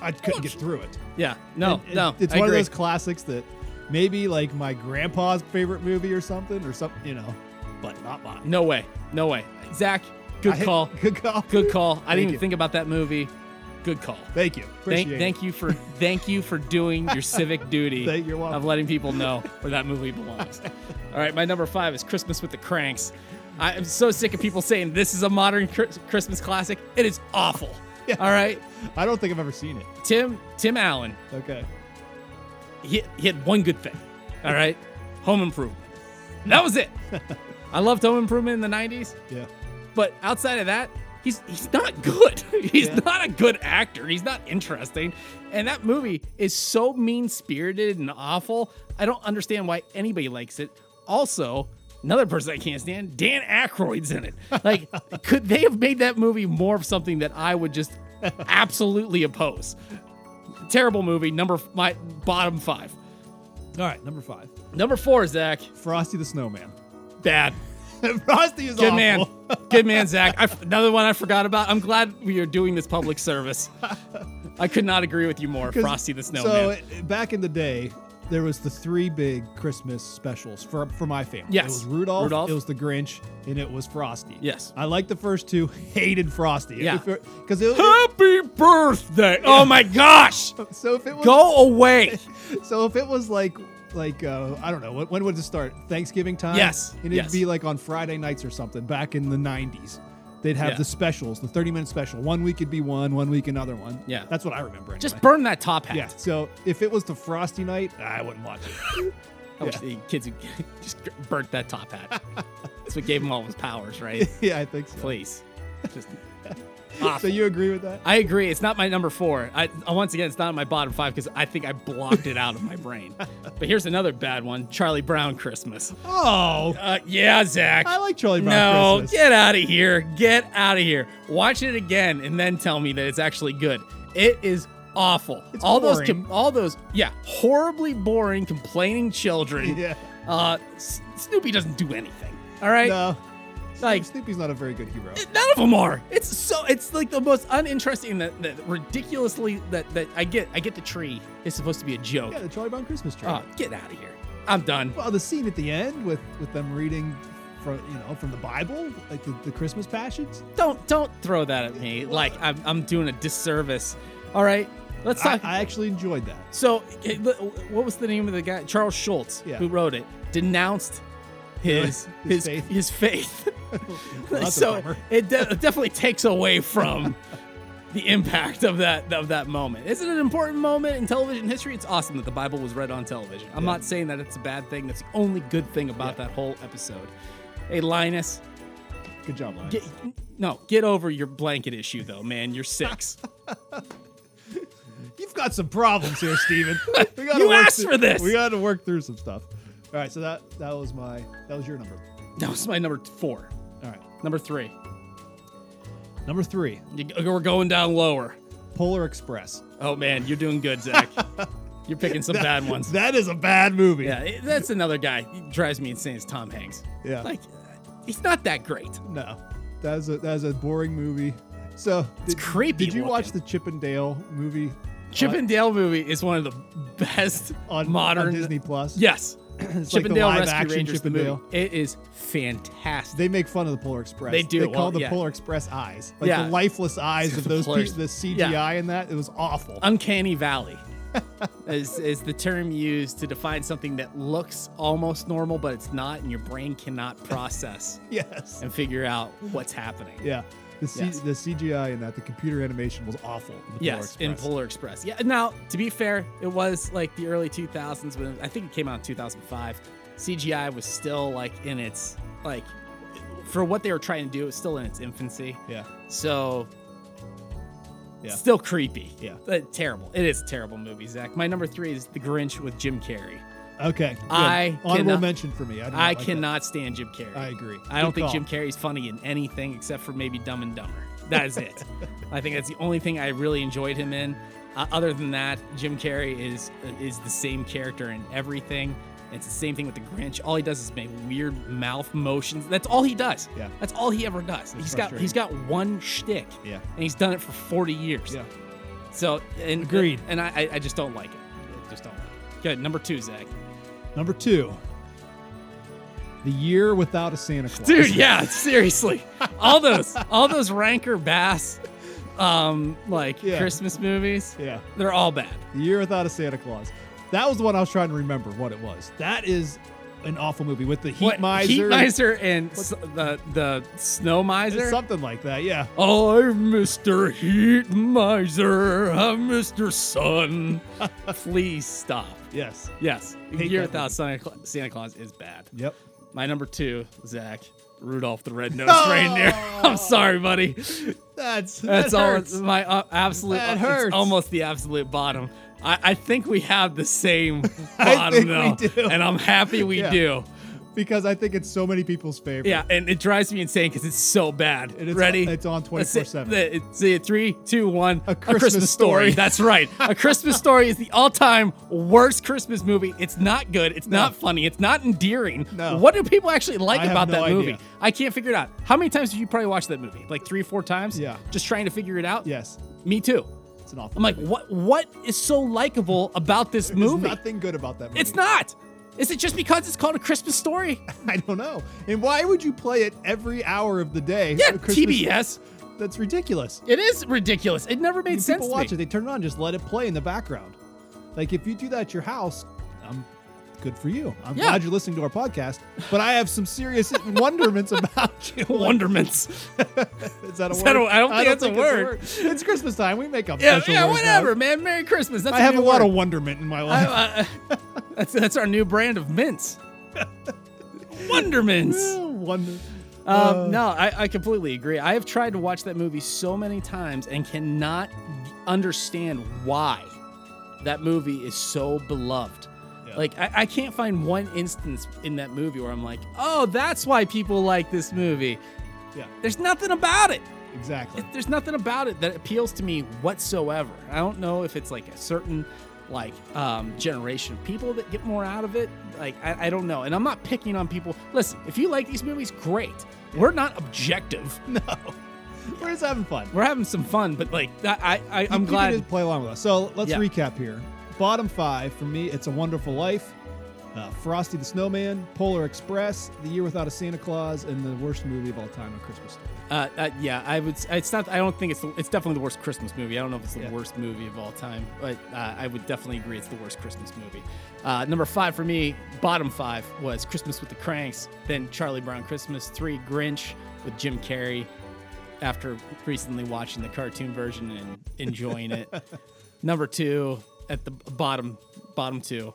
B: I couldn't get
A: What's-
B: through it.
A: Yeah, no,
B: It-
A: no,
B: It's
A: I
B: one
A: agree.
B: of those classics that maybe like my grandpa's favorite movie or something or something, you know, but not mine.
A: No way, no way. Zach, good
B: I-
A: call,
B: Good call.
A: good call. I
B: Thank
A: didn't even
B: you.
A: think about that movie. Good call.
B: Thank you. Appreciate
A: Thank,
B: it.
A: thank you for thank you for doing your civic duty
B: Thank- you're welcome.
A: of letting people know where that movie belongs. All right, my number five is Christmas with the Cranks. I am so sick of people saying this is a modern Chris- Christmas classic. It is awful.
B: Yeah.
A: All right,
B: I don't think I've ever seen it.
A: Tim Tim Allen,
B: Okay.
A: he, he had one good thing. All right, Home Improvement. That was it. I loved Home Improvement in the '90s.
B: Yeah.
A: But outside of that, he's he's not good. he's
B: Yeah.
A: not a good actor. He's not interesting. And that movie is so mean spirited and awful. I don't understand why anybody likes it. Also, another person I can't stand, Dan Aykroyd's in it. Like, could they have made that movie more of something that I would just absolutely oppose? Terrible movie. Number my bottom five.
B: All right. Number five
A: Number four, Zach.
B: Frosty the Snowman.
A: Bad.
B: Frosty is
A: Good
B: awful.
A: man. Good man, Zach. I, another one I forgot about. I'm glad we are doing this public service. I could not agree with you more,
B: 'Cause-
A: Frosty the Snowman.
B: So it- back in the day, there was the three big Christmas specials for for my family.
A: Yes.
B: it was Rudolph,
A: Rudolph.
B: it was the Grinch, and it was Frosty.
A: Yes.
B: I liked the first two. Hated Frosty.
A: Yeah.
B: because it,
A: Happy birthday! Oh my gosh!
B: so if it was
A: Go away!
B: so if it was like like uh, I don't know when, when would it start Thanksgiving time.
A: Yes,
B: and it'd
A: yes.
B: be like on Friday nights or something back in the '90s. They'd have
A: Yeah.
B: the specials, the 30 minute special. One week it'd be one, one week another one.
A: Yeah.
B: that's what I remember. Anyway.
A: Just burn that top hat.
B: Yeah. So if it was the Frosty night, I wouldn't watch it.
A: I wish the kids would just burnt that top hat. That's what gave him all his powers, right?
B: yeah, I think so.
A: Please. Just
B: So
A: awful.
B: you agree with that?
A: I agree. It's not my number four. I uh, once again, it's not in my bottom five because I think I blocked it out of my brain. But here's another bad one: Charlie Brown Christmas.
B: Oh,
A: Uh, yeah, Zach.
B: I like Charlie
A: no,
B: Brown Christmas.
A: get out of here. Get out of here. Watch it again and then tell me that it's actually good. It is awful.
B: It's
A: all those,
B: boring.
A: com- all those, yeah, horribly boring, complaining children.
B: Yeah.
A: Uh, S- Snoopy doesn't do anything. All right.
B: No.
A: Like-
B: Snoopy's not a very good hero.
A: None of them are. It's so. It's like the most uninteresting. That, that ridiculously. That that I get. I get the tree. It's supposed to be a joke.
B: Yeah, the Charlie Brown Christmas tree.
A: Oh, get out of here. I'm done.
B: Well, the scene at the end with with them reading from you know from the Bible, like the, the Christmas passions.
A: Don't don't throw that at me. Like I'm I'm doing a disservice. All right. Let's
B: I,
A: talk.
B: I actually enjoyed that.
A: So, it- what was the name of the guy? Charles Schultz,
B: Yeah.
A: who wrote it, denounced his his
B: His
A: his faith.
B: faith. Well, that's a
A: so
B: bummer.
A: it de- definitely takes away from the impact of that of that moment. Is it an important moment in television history? It's awesome that the Bible was read on television. I'm
B: Yeah.
A: not saying that it's a bad thing. That's the only good thing about
B: Yeah.
A: that whole episode. Hey Linus,
B: good job, Lion.
A: get, no, get over your blanket issue though, man. You're six.
B: You've got some problems here, Steven. We gotta
A: You
B: work
A: asked
B: through-
A: for this!
B: We got to work through some stuff. All right, so that that was my that was your number.
A: that was my number four.
B: All right,
A: Number three.
B: number three,
A: You- We're going down lower.
B: Polar Express.
A: Oh man, you're doing good, Zach. you're picking some bad ones.
B: That is a bad movie.
A: yeah, it- that's another guy. He drives me insane. Is Tom Hanks?
B: Yeah.
A: like he's not that great.
B: No, that is a that is a boring movie. So
A: It's creepy
B: Did you watch the
A: looking.
B: Chip and Dale movie
A: Chip and Dale movie is one of the best
B: on
A: modern
B: on Disney Plus?
A: Yes,
B: it's
A: Chip
B: like
A: and
B: the
A: Dale
B: live
A: Rescue
B: action
A: Rangers
B: Chip and
A: the
B: Dale.
A: movie. It is fantastic.
B: They make fun of the Polar Express.
A: They do,
B: They call
A: well,
B: the
A: yeah.
B: Polar Express eyes, like
A: Yeah.
B: the lifeless eyes of those
A: Polar
B: pieces, the
A: Express.
B: CGI in that. It was awful.
A: Uncanny Valley is, is the term used to define something that looks almost normal, but it's not, and your brain cannot process
B: yes.
A: and figure out what's happening.
B: Yeah. The, C-
A: Yes.
B: the CGI in that, the computer animation was awful. in the Polar
A: Yes, in
B: Express.
A: Polar Express. Yeah. Now, to be fair, it was like the early 2000s when I think it came out in 2005. CGI was still like in its like for what they were trying to do, it was still in its infancy.
B: Yeah.
A: So
B: Yeah.
A: still creepy.
B: Yeah.
A: But terrible. It is a terrible movie, Zach. My number 3 is The Grinch with Jim Carrey.
B: Okay. good.
A: I
B: honorable
A: cannot-
B: mention for me. I, do not
A: I
B: like that.
A: cannot stand Jim Carrey.
B: I agree.
A: I don't
B: Good
A: think Jim
B: call.
A: Carrey's funny in anything except for maybe Dumb and Dumber. That is it. I think that's the only thing I really enjoyed him in. Uh, other than that, Jim Carrey is is the same character in everything. It's the same thing with the Grinch. All he does is make weird mouth motions. That's all he does.
B: Yeah.
A: That's all he ever does. he's got
B: frustrating.
A: he's got one shtick.
B: Yeah.
A: And he's done it for 40 years.
B: Yeah.
A: So and
B: Agreed.
A: And I I- I just don't like it. I just don't like it. Good. Number two, Zach.
B: Number two, The Year Without a Santa Claus.
A: dude yeah seriously all those all those ranker bass um like
B: Yeah.
A: christmas movies
B: Yeah.
A: they're all bad
B: The Year Without a Santa Claus. That was the one I was trying to remember what it was. That is an awful movie with the heat
A: What,
B: miser.
A: heat miser and s- the the snow miser
B: Something like that, yeah.
A: I'm Mr. Heat Miser. I'm Mr. Sun. Please stop.
B: Yes.
A: Yes,
B: Hate
A: Year
B: that
A: Without Santa Claus, Santa Claus is bad.
B: Yep.
A: My number two, Zach, Rudolph the Red-Nosed Reindeer. I'm sorry, buddy.
B: That's
A: That's
B: that
A: all.
B: hurts.
A: It's my uh, absolute.
B: That
A: it's
B: hurts.
A: almost the absolute bottom. I, I think we have the same
B: I
A: bottom
B: think we
A: though,
B: do.
A: and I'm happy we
B: Yeah.
A: do.
B: because I think it's so many people's favorite.
A: Yeah, and it drives me insane because it's so bad.
B: And it's-
A: Ready?
B: it's on
A: Let's say-
B: 24/7.
A: the- it's- say three, two, one.
B: A Christmas Story.
A: That's right. A Christmas Story is the all-time worst Christmas movie. It's not good. It's not funny. It's not endearing.
B: No.
A: What do people actually like
B: I have
A: about
B: no
A: that movie?
B: idea.
A: I can't figure it out. How many times did you probably watch that movie? Like three, four times.
B: Yeah.
A: Just trying to figure it out.
B: Yes,
A: Me too.
B: it's an awful.
A: I'm like, what? What is so likable about this
B: There's
A: movie?
B: nothing good about that movie.
A: It's not. Is it just because it's called a Christmas Story?
B: I don't know. And why would you play it every hour of the day?
A: Yeah,
B: for Christmas?
A: TBS.
B: That's ridiculous.
A: It is ridiculous. It never made
B: When
A: sense.
B: people
A: to me.
B: watch it, they turn it on, just let it play in the background. Like if you do that at your house, I'm good for you. I'm
A: Yeah.
B: glad you're listening to our podcast, but I have some serious wonderments about you.
A: Wonderments.
B: Is that
A: that
B: a word?
A: a- I don't think that's a word.
B: It's, it's Christmas time. We make up
A: Yeah,
B: special
A: yeah
B: words
A: whatever,
B: now.
A: man. Merry Christmas. That's
B: I have a
A: new
B: lot
A: word.
B: of wonderment in my
A: I-
B: life.
A: I- I- that's that's our new brand of mints. Wondermints.
B: Oh, Wonder.
A: Um, no, I, I completely agree. I have tried to watch that movie so many times and cannot understand why that movie is so beloved.
B: Yeah.
A: Like, I, I can't find one instance in that movie where I'm like, oh, that's why people like this movie.
B: Yeah,
A: There's nothing about it.
B: exactly.
A: it- there's nothing about it that appeals to me whatsoever. I don't know if it's like a certain like um, generation of people that get more out of it. Like I, I don't know, and I'm not picking on people. Listen, if you like these movies, great. We're not objective.
B: No, we're just having fun.
A: We're having some fun, but like I, I, I
B: You-
A: I'm
B: you can
A: glad.
B: just play along with us. So let's
A: Yeah.
B: recap here. Bottom five for me: It's a Wonderful Life, uh, Frosty the Snowman, Polar Express, The Year Without a Santa Claus, and the worst movie of all time, A Christmas Story.
A: Uh, uh, yeah, I would. s- It's not. I don't think it's. The, it's definitely the worst Christmas movie. I don't know if it's the
B: Yeah.
A: worst movie of all time, but uh, I would definitely agree it's the worst Christmas movie. Uh, number five for me, bottom five was Christmas with the Cranks, then Charlie Brown Christmas, three Grinch with Jim Carrey. After recently watching the cartoon version and enjoying it, number two at the bottom, bottom two,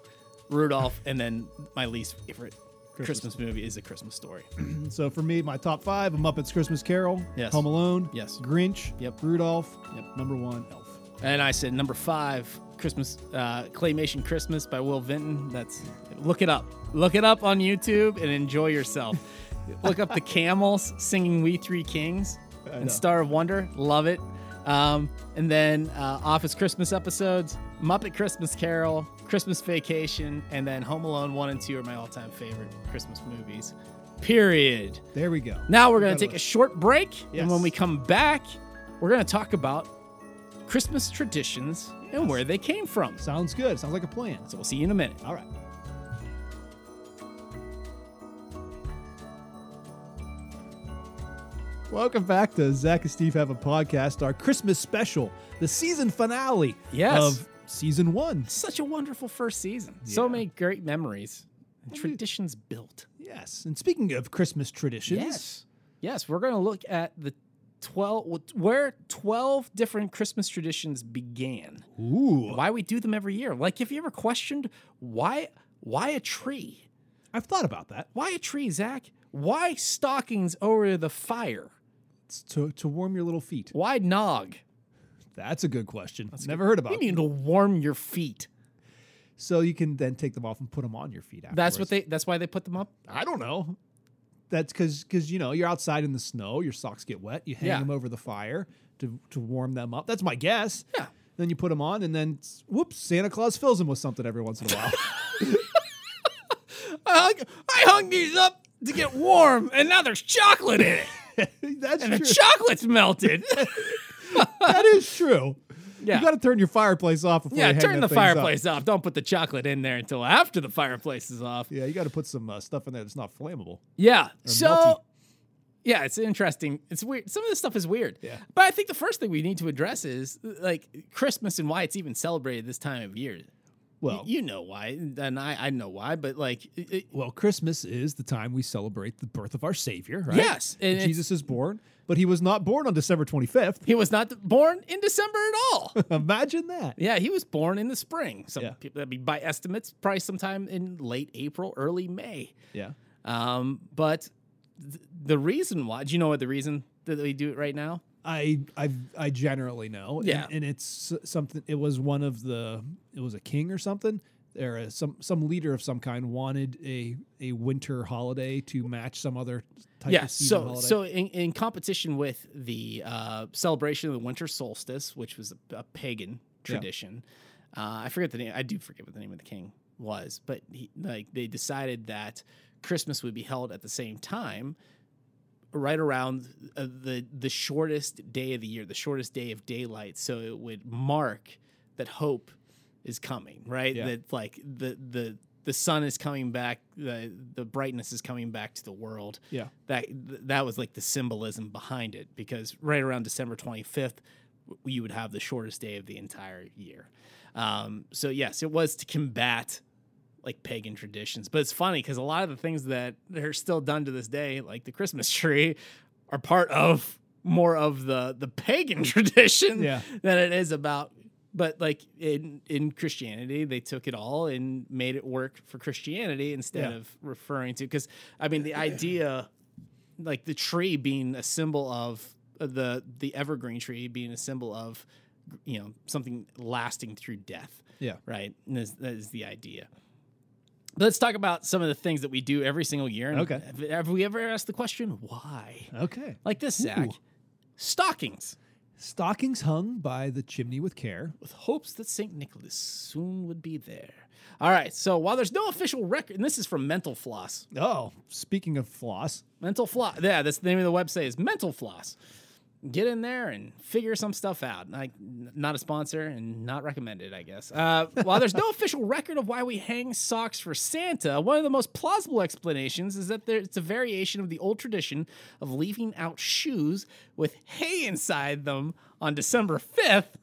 A: Rudolph, and then my least favorite Christmas movie is A Christmas Story.
B: So for me, my top five: A Muppets Christmas Carol,
A: Yes.
B: Home Alone,
A: Yes.
B: Grinch,
A: Yep.
B: Rudolph,
A: Yep.
B: number one, Elf.
A: And I said number five, Christmas uh, claymation Christmas by Will Vinton. That's look it up, look it up on YouTube and enjoy yourself. look up the camels singing "We Three Kings"
B: know.
A: and "Star of Wonder." Love it. Um, and then uh, Office Christmas episodes, Muppet Christmas Carol, Christmas Vacation, and then Home Alone one and two are my all-time favorite Christmas movies. Period.
B: There we go.
A: Now we're going to
B: Gotta
A: take a
B: love-
A: short break. And when
B: Yes.
A: we come back, we're going to talk about Christmas traditions and where they came from. So
B: Sounds good. Sounds like a plan.
A: we'll see you in a minute.
B: All right. Welcome back to Zach and Steve Have a Podcast, our Christmas special, the season finale
A: Yes.
B: of season one.
A: Such a wonderful first season. So
B: Yeah.
A: many great memories and traditions built.
B: Yes. And speaking of Christmas traditions,
A: Yes. Yes, we're going to look at the 12 where 12 different Christmas traditions began.
B: ooh,
A: Why we do them every year. Like have you ever questioned why why a tree?
B: I've thought about that.
A: Why a tree, Zach? Why stockings over the fire?
B: It's to, to warm your little feet.
A: Why nog?
B: That's a good question. Never heard about.
A: You need to warm your feet.
B: So you can then take them off and put them on your feet. Afterwards.
A: That's what they. That's why they put them up.
B: I don't know. That's because because you know you're outside in the snow, your socks get wet. You hang
A: Yeah.
B: them over the fire to to warm them up. That's my guess.
A: Yeah.
B: Then you put them on, and then s- whoops, Santa Claus fills them with something every once in a while.
A: I hung, I hung these up to get warm, and now there's chocolate in it,
B: That's
A: and the
B: true.
A: chocolate's melted.
B: that is true.
A: Yeah.
B: You got to turn your fireplace off before.
A: yeah,
B: you hang
A: turn
B: them
A: the
B: things up.
A: fireplace off. Don't put the chocolate in there until after the fireplace is off.
B: Yeah, you got to put some uh, stuff in there that's not flammable.
A: Yeah. So,
B: melty.
A: yeah, it's interesting. It's weird. Some of this stuff is weird.
B: Yeah.
A: But I think the first thing we need to address is like Christmas and why it's even celebrated this time of year.
B: Well,
A: you know why, and I I know why, but like. It, it-
B: well, Christmas is the time we celebrate the birth of our Savior, right?
A: Yes, and it's-
B: Jesus is born, but he was not born on December 25th.
A: he was not born in December at all.
B: Imagine that.
A: Yeah, he was born in the spring. Some
B: Yeah.
A: people, I mean, by estimates, probably sometime in late April, early May.
B: Yeah.
A: Um, but th- the reason why, do you know what the reason that they do it right now?
B: I I I generally know. and-
A: Yeah.
B: and, it's something. It was one of the. It was a king or something or uh, some some leader of some kind wanted a a winter holiday to match some other type
A: yeah
B: of season
A: so
B: holiday.
A: so in, in competition with the uh, celebration of the winter solstice which was a, a pagan tradition uh, i forget the name i do forget what the name of the king was but he, like they decided that christmas would be held at the same time right around uh, the the shortest day of the year the shortest day of daylight so it would mark that hope is coming right
B: Yeah.
A: that like the the the sun is coming back the the brightness is coming back to the world
B: yeah
A: that th- that was like the symbolism behind it because right around December 25th w- you would have the shortest day of the entire year. Um, so yes, it was to combat like pagan traditions, but it's funny because a lot of the things that are still done to this day, like the Christmas tree, are part of more of the the pagan tradition
B: Yeah.
A: than it is about. But like in in Christianity, they took it all and made it work for Christianity instead
B: Yeah.
A: of referring to because I mean the idea like the tree being a symbol of uh, the the evergreen tree being a symbol of you know something lasting through death
B: yeah
A: right and that's- that is the idea But let's talk about some of the things that we do every single year And
B: Okay.
A: have, have we ever asked the question why
B: okay.
A: like this zach
B: Ooh.
A: stockings
B: Stockings hung by the chimney with care.
A: with hopes that St. Nicholas soon would be there. All right, so while there's no official record, and this is from Mental Floss,
B: Oh, speaking of floss,
A: Mental Floss. Yeah, that's the name of the website is Mental Floss. Get in there and figure some stuff out. Like, n- not a sponsor and not recommended, I guess. Uh, while there's no official record of why we hang socks for Santa, one of the most plausible explanations is that there, it's a variation of the old tradition of leaving out shoes with hay inside them on December 5th,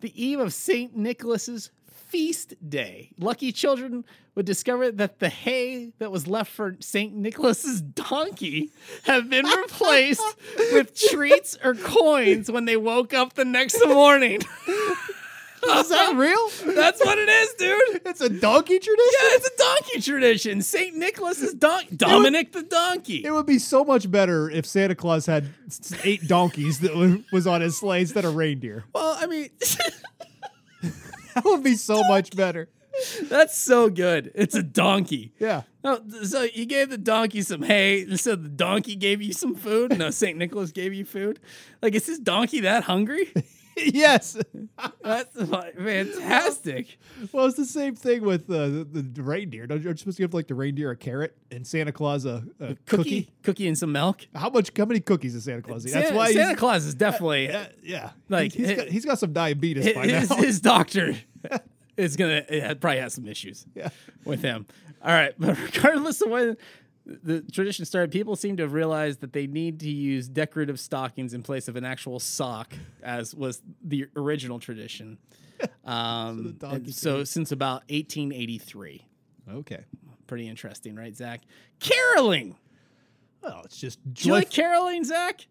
A: the eve of St. Nicholas's feast day. Lucky children would discover that the hay that was left for St. Nicholas's donkey had been replaced with treats or coins when they woke up the next morning.
B: is that real?
A: That's what it is, dude.
B: It's a donkey tradition.
A: Yeah, it's a donkey tradition. St. Nicholas's donkey, Dominic the donkey.
B: It would be so much better if Santa Claus had s- eight donkeys that wa- was on his sleigh instead of reindeer.
A: well, I mean,
B: That would be so much better.
A: that's so good. It's a donkey.
B: Yeah.
A: Oh, th- so you gave the donkey some hay, and so the donkey gave you some food. No, Saint Nicholas gave you food. Like, is this donkey that hungry?
B: yes.
A: That's fa- fantastic.
B: Well, it's the same thing with uh, the, the reindeer. Don't you, are you supposed to give like the reindeer a carrot and Santa Claus a, a cookie?
A: Cookie, cookie, and some milk.
B: How much? How many cookies is Santa Claus? eat? That's
A: Santa,
B: why he's,
A: Santa Claus is definitely
B: uh, yeah.
A: Like, eh,
B: he's, he's got,
A: it-
B: he's got some diabetes by
A: his,
B: now.
A: his doctor is gonna it probably has some issues
B: Yeah.
A: with him. All right, but regardless of when the tradition started, people seem to have realized that they need to use decorative stockings in place of an actual sock, as was the original tradition. Um,
B: the
A: and
B: donkey
A: so since about 1883,
B: Okay.
A: pretty interesting, right, Zach? Caroling.
B: Well, Uh, it's just
A: Do you
B: joy.
A: like caroling, Zach?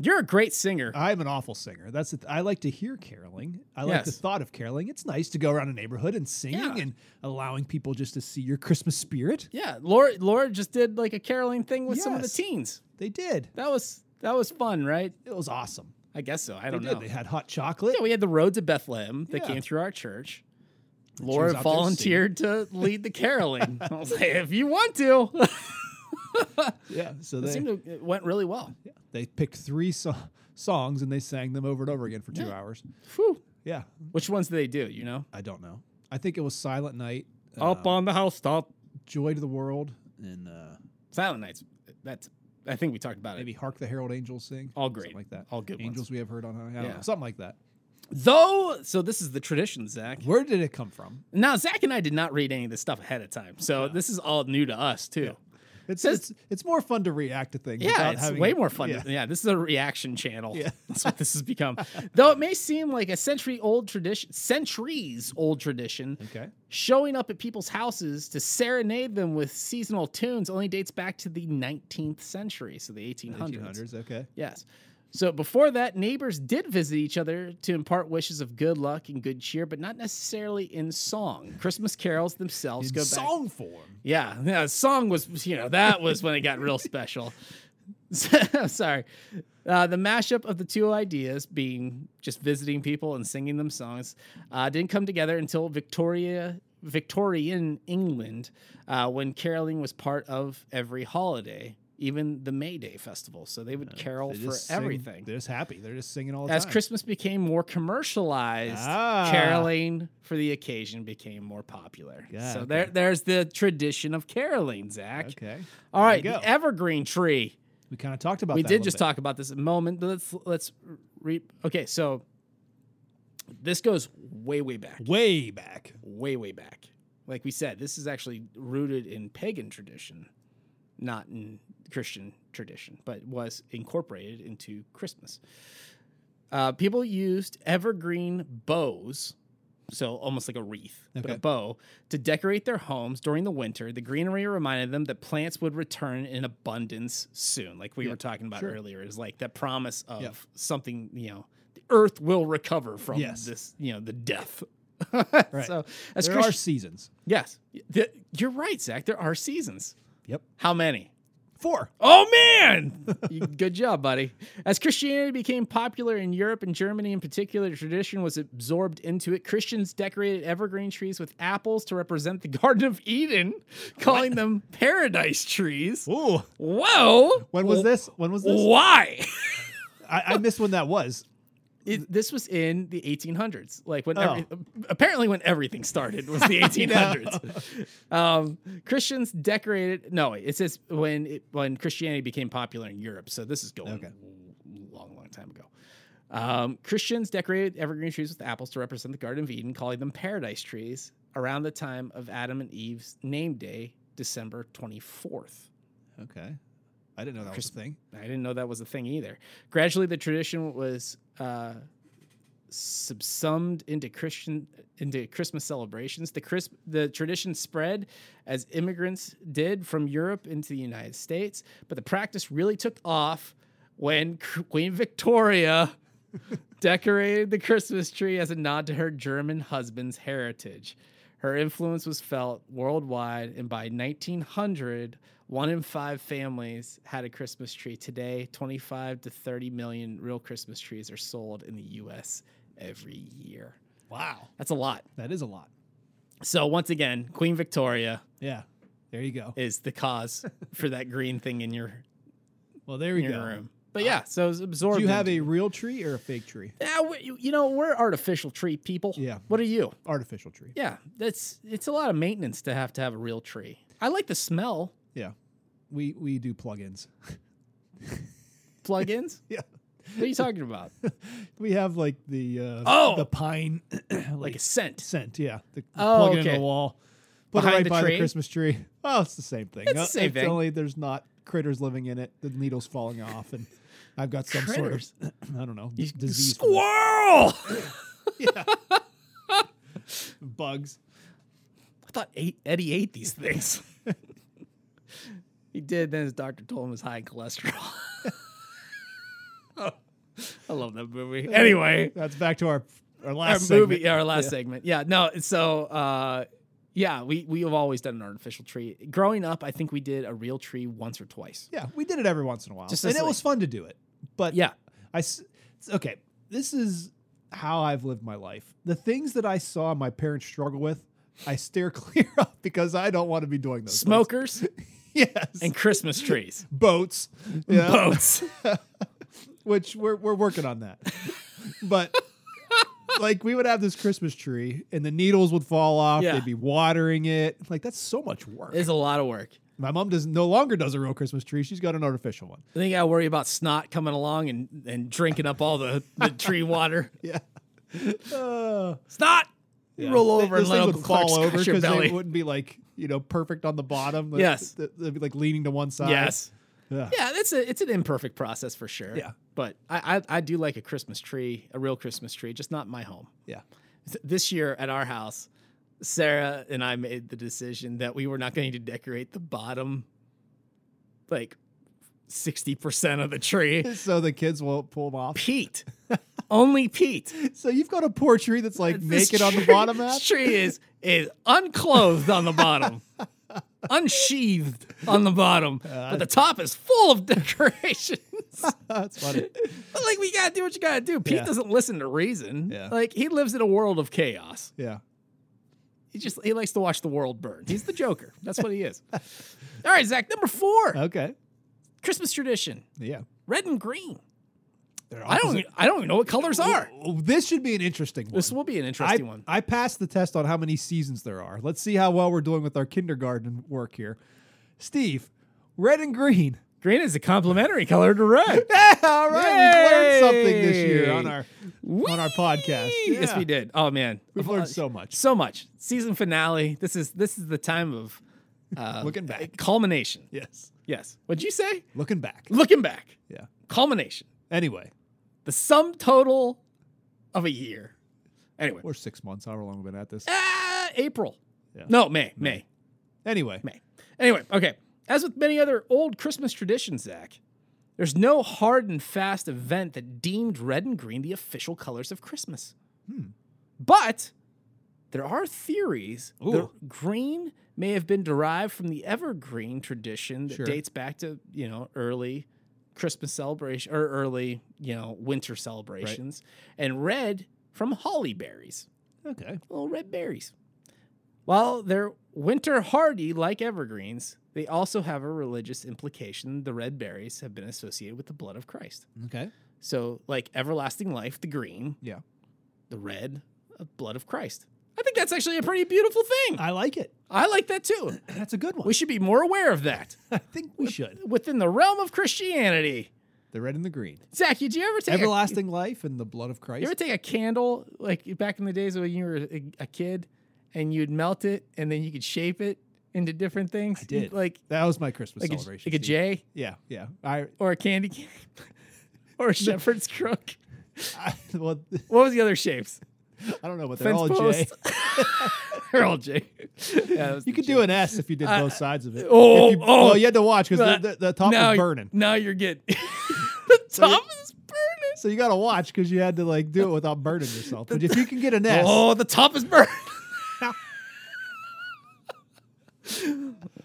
A: You're a great singer.
B: I'm an awful singer. That's the th- I like to hear caroling. I like the
A: Yes.
B: thought of caroling. It's nice to go around a neighborhood and singing
A: Yeah.
B: and allowing people just to see your Christmas spirit.
A: yeah, Laura. Laura just did like a caroling thing with some of the
B: Yes.
A: teens.
B: They did.
A: That was that was fun, right?
B: It was awesome.
A: I guess so. I
B: They
A: don't
B: did.
A: know.
B: They had hot chocolate.
A: Oh, Yeah, we had the road to Bethlehem that
B: Yeah.
A: came through our church.
B: was
A: Laura
B: out there
A: volunteered to lead the caroling. I was like, if you want to,
B: Yeah. So
A: it
B: they
A: seemed to, it went really well.
B: yeah, they picked three so- songs and they sang them over and over again for two
A: Yeah.
B: hours.
A: Whew.
B: Yeah.
A: Which ones did they do? You know, Uh,
B: I don't know. I think it was Silent Night, uh,
A: up on the housetop,
B: Joy to the World, and uh,
A: Silent Nights. That's I think we talked about
B: maybe
A: it.
B: Hark the Herald Angels Sing.
A: All great.
B: Something like that.
A: All good ones.
B: Angels we have heard on high. I don't
A: Yeah.
B: know. Something like that.
A: Though, so this is the tradition, Zach.
B: Where did it come from?
A: Now, Zach and I did not read any of this stuff ahead of time, so this is all new to us too.
B: It's,
A: Says-
B: it's it's more fun to react to things.
A: Yeah,
B: without
A: it's
B: having-
A: way more fun.
B: Yeah.
A: to- yeah, this is a reaction channel.
B: Yeah.
A: That's what this has become. Though it may seem like a century old tradition, centuries old tradition,
B: Okay.
A: showing up at people's houses to serenade them with seasonal tunes only dates back to the 19th century, so the 1800s.
B: 1800s. Okay.
A: Yes. So before that, neighbors did visit each other to impart wishes of good luck and good cheer, but not necessarily in song. Christmas carols themselves go back.
B: song form.
A: Yeah, yeah. Song was, you know, that was when it got real special. Sorry. Uh, the mashup of the two ideas, being just visiting people and singing them songs, uh, didn't come together until Victoria Victorian England uh, when caroling was part of every holiday, even the May Day festival. So they would carol
B: They
A: for
B: just sing-
A: everything.
B: They're just happy. They're just singing all the
A: As
B: time.
A: Christmas became more commercialized,
B: Ah.
A: caroling for the occasion became more popular.
B: Yeah,
A: so
B: okay.
A: there, there's the tradition of caroling, Zach.
B: Okay.
A: All
B: There
A: right,
B: you go.
A: the evergreen tree.
B: we kind of talked about
A: we
B: that a
A: did
B: little
A: just
B: bit.
A: talk about this a moment, but let's let's re. Okay, so this goes way way back,
B: way back.
A: way way back. Like we said, this is actually rooted in pagan tradition, not in Christian tradition, but was incorporated into Christmas. Uh, people used evergreen bows, so almost like a wreath, but a
B: Okay.
A: bow, to decorate their homes during the winter. The greenery reminded them that plants would return in abundance soon, like we
B: Yeah,
A: were talking about
B: sure.
A: earlier, is like that promise of
B: Yeah.
A: something, you know, the earth will recover from
B: Yes.
A: this, you know, the death. So, as
B: there
A: Christian,
B: are seasons.
A: yes, Th- you're right, Zach. There are seasons.
B: Yep.
A: How many?
B: Four.
A: Oh man! You- Good job, buddy. As Christianity became popular in Europe and Germany in particular, the tradition was absorbed into it. Christians decorated evergreen trees with apples to represent the Garden of Eden, calling them paradise trees.
B: Ooh.
A: Whoa!
B: When was this? When was
A: Oh.
B: this?
A: Why?
B: I, I missed when that was.
A: It, this was in the 1800s, like when every, apparently when everything started was the 1800s. um, Christians decorated. No, wait, it says when it, when Christianity became popular in Europe. So this is going
B: Okay.
A: long, long time ago. Um, Christians decorated evergreen trees with apples to represent the Garden of Eden, calling them paradise trees. Around the time of Adam and Eve's name day, December 24th.
B: Okay. I didn't know that was a thing.
A: I didn't know that was a thing either. Gradually, the tradition was uh, subsumed into Christian into Christmas celebrations. The crisp, the tradition spread as immigrants did from Europe into the United States, but the practice really took off when Queen Victoria decorated the Christmas tree as a nod to her German husband's heritage. Her influence was felt worldwide, and by 1900, one in five families had a Christmas tree. Today, 25 to 30 million real Christmas trees are sold in the US every year.
B: Wow.
A: That's a lot.
B: That is a lot.
A: So, once again, Queen Victoria
B: Yeah. There you go.
A: is the cause for that green thing in your,
B: Well, there we
A: in
B: go.
A: your room. But yeah, so it was absorbed.
B: Do you have
A: into-
B: a real tree or a fake tree?
A: Yeah, we- you you know, we're artificial tree people.
B: Yeah.
A: What are you?
B: Artificial tree.
A: Yeah, that's it's a lot of maintenance to have to have a real tree. I like the smell.
B: Yeah. We we do plugins.
A: Plugins?
B: Yeah.
A: what are you talking about?
B: We have like the uh,
A: Oh!
B: the pine
A: Like
B: like
A: a scent.
B: scent. Yeah. The, the
A: Oh,
B: plug it in
A: okay.
B: the wall. Put
A: Behind the
B: it right by
A: tree?
B: the Christmas tree. Oh, it's the same thing.
A: It's the same thing.
B: Only there's not critters living in it. The needles falling off, and I've got some
A: Critters?
B: sort of I don't know
A: You-
B: disease from
A: Squirrel.
B: it. bugs.
A: I thought eight, Eddie ate these things. he did. Then his doctor told him his high in cholesterol. I love that movie. Anyway,
B: That's back to our our
A: our
B: last
A: movie,
B: segment.
A: yeah, our last segment. Yeah, no. So, uh, yeah, we we have always done an artificial tree. Growing up, I think we did a real tree once or twice.
B: Yeah, we did it every once in a while,
A: Just
B: and
A: as
B: it
A: like-
B: was fun to do it. But
A: Yeah.
B: I s- it's- okay. This is how I've lived my life. The things that I saw my parents struggle with, I steer clear of because I don't want to be doing those. things.
A: Smokers
B: yes,
A: and Christmas trees.
B: boats, yeah,
A: Boats.
B: which we're we're working on that. but like we would have this Christmas tree, and the needles would fall off.
A: Yeah.
B: They'd be watering it. Like that's so much work.
A: It's a lot of work.
B: my mom does no longer does a real Christmas tree. She's got an artificial one.
A: Then you gotta worry about snot coming along and, and drinking up all the, the tree water.
B: Yeah. Uh,
A: Snot! You roll over
B: Those
A: and let
B: things
A: Uncle
B: would
A: Clark
B: fall over
A: scratch your
B: they
A: belly.
B: wouldn't be like you know perfect on the bottom. Like,
A: Yes.
B: th- they'd be like leaning to one side.
A: yes.
B: Yeah.
A: Yeah, that's a it's an imperfect process for sure.
B: Yeah.
A: But I, I I do like a Christmas tree, a real Christmas tree, just not in my home.
B: yeah,
A: Th- This year at our house, Sarah and I made the decision that we were not going to decorate the bottom like 60% of the tree.
B: So the kids will pull them off.
A: Pete. Only Pete.
B: So you've got a poor tree that's like
A: This
B: naked on the
A: tree-
B: bottom half.
A: This tree is is unclothed on the bottom, unsheathed on the bottom,
B: Uh,
A: but the top is full of decorations.
B: that's funny.
A: like we gotta do what you gotta do. Pete
B: Yeah.
A: doesn't listen to reason.
B: Yeah.
A: Like he lives in a world of chaos.
B: Yeah.
A: He just he likes to watch the world burn. He's the Joker. That's what he is. All right, Zach. Number four,
B: Okay.
A: Christmas tradition:
B: Yeah.
A: red and green.
B: They're
A: I don't.
B: opposite-
A: I don't even know what colors are.
B: Oh, this should be an interesting one.
A: This will be an
B: I,
A: interesting one.
B: I passed the test on how many seasons there are. Let's see how well we're doing with our kindergarten work here. Steve, red and green.
A: Green is a complementary color to red.
B: Yeah, all right. We learned something this year on
A: Yay.
B: our on our podcast.
A: Yes,
B: Yeah.
A: we did. Oh man,
B: We've learned so much.
A: so much. Season finale. This is this is the time of uh,
B: Looking back.
A: culmination.
B: Yes.
A: Yes. What'd you say?
B: Looking back.
A: Looking back,
B: Yeah.
A: culmination.
B: Anyway,
A: The sum total of a year. Anyway,
B: we're six months, however long we've been at this.
A: ah, April.
B: Yeah.
A: No, May, May,
B: Anyway,
A: May. Anyway, okay. As with many other old Christmas traditions, Zach, there's no hard and fast event that deemed red and green the official colors of Christmas.
B: Hmm.
A: But there are theories
B: Ooh.
A: that green may have been derived from the evergreen tradition that
B: Sure.
A: dates back to, you know, early Christmas celebration or early, you know, winter celebrations, and red from holly berries
B: okay.
A: little red berries. While they're winter hardy like evergreens, they also have a religious implication. The red berries have been associated with the blood of Christ.
B: Okay.
A: So, like everlasting life, the green,
B: Yeah.
A: the red, uh, blood of Christ. I think that's actually a pretty beautiful thing.
B: I like it.
A: I like that too.
B: That's a good one.
A: We should be more aware of that
B: I think we should.
A: within the realm of Christianity.
B: The red and the green.
A: Zach, did you ever take a,
B: Everlasting life and the blood of
A: you
B: Christ.
A: ever take a candle like back in the days when you were a, a kid and you'd melt it and then you could shape it into different things? I
B: did.
A: like
B: That was my Christmas
A: like a,
B: celebration.
A: like a
B: Steve.
A: J
B: Yeah, yeah. I,
A: or a candy cane or a shepherd's crook.
B: I well,
A: What was the other shapes?
B: I don't know, but they're
A: Fence
B: all J.
A: post. they're all J. Yeah, that was the
B: You could
A: J.
B: do an S if you did both sides of it.
A: oh,
B: If you,
A: oh.
B: well, you had to watch because the, the, the top
A: now,
B: was burning.
A: Now you're getting the
B: you-
A: top is burning.
B: So you got to watch because you had to like do it without burning yourself. But if you can get an S,
A: Oh, the top is burning.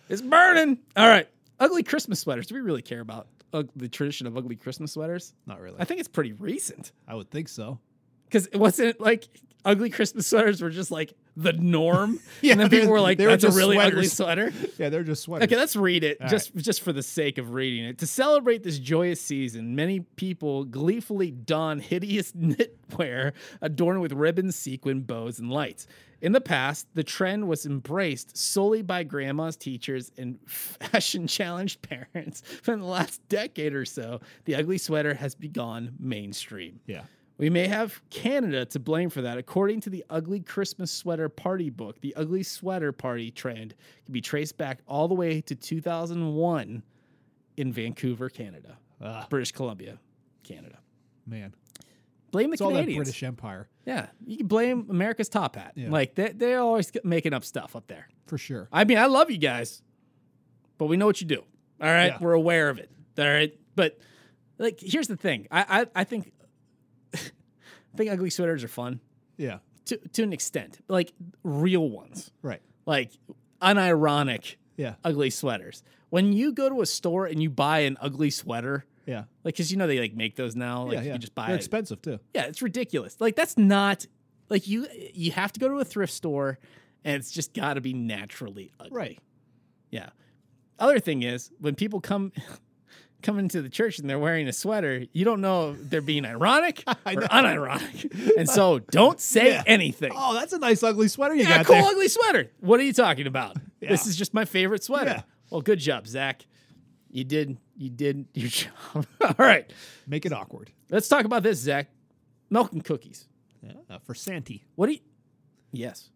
A: it's burning. All right. Ugly Christmas sweaters. Do we really care about ug- the tradition of ugly Christmas sweaters?
B: not really.
A: I think it's pretty recent.
B: I would think so.
A: Because it wasn't like ugly Christmas sweaters were just like the norm.
B: Yeah,
A: and then people
B: they-
A: were like,
B: they were
A: that's a
B: just
A: really ugly
B: sweaters.
A: sweater.
B: Yeah, they're just sweaters.
A: Okay, let's read it
B: All
A: just just for the sake of reading it. To celebrate this joyous season, many people gleefully don hideous knitwear adorned with ribbons, sequin, bows, and lights. In the past, the trend was embraced solely by grandmas, teachers, and fashion challenged parents. But in the last decade or so, the ugly sweater has become mainstream.
B: yeah.
A: We may have Canada to blame for that. According to the Ugly Christmas Sweater Party book, the ugly sweater party trend can be traced back all the way to 2001 in Vancouver, Canada,
B: Ah,
A: British Columbia, Canada.
B: man,
A: Blame the
B: it's all that
A: Canadians.
B: British Empire
A: yeah, you can blame America's top hat.
B: Yeah.
A: Like they, they're always making up stuff up there.
B: for sure.
A: I mean, I love you guys, but we know what you do. All right.
B: Yeah.
A: We're aware of it. All right. But like, here's the thing. I, I, I think, I think ugly sweaters are fun
B: Yeah,
A: to, to an extent, like real ones,
B: right.
A: like unironic
B: Yeah,
A: ugly sweaters. When you go to a store and you buy an ugly sweater,
B: yeah,
A: like, cause you know, they like make those now. Like
B: yeah, yeah.
A: you just buy
B: They're
A: it.
B: expensive too.
A: Yeah, it's ridiculous. Like that's not like you you have to go to a thrift store and it's just got to be naturally ugly.
B: Right.
A: Yeah. Other thing is when people come come into the church and they're wearing a sweater, you don't know if they're being ironic or
B: know.
A: unironic. And so don't say
B: Yeah.
A: anything.
B: Oh, that's a nice ugly sweater you
A: yeah,
B: got
A: cool
B: there.
A: ugly sweater. What are you talking about?
B: Yeah.
A: This is just my favorite sweater.
B: Yeah.
A: Well, good job, Zach. You did you did your job. All right.
B: Make it awkward.
A: Let's talk about this, Zach. Milk and cookies.
B: Yeah, for Santy.
A: What do you? Yes.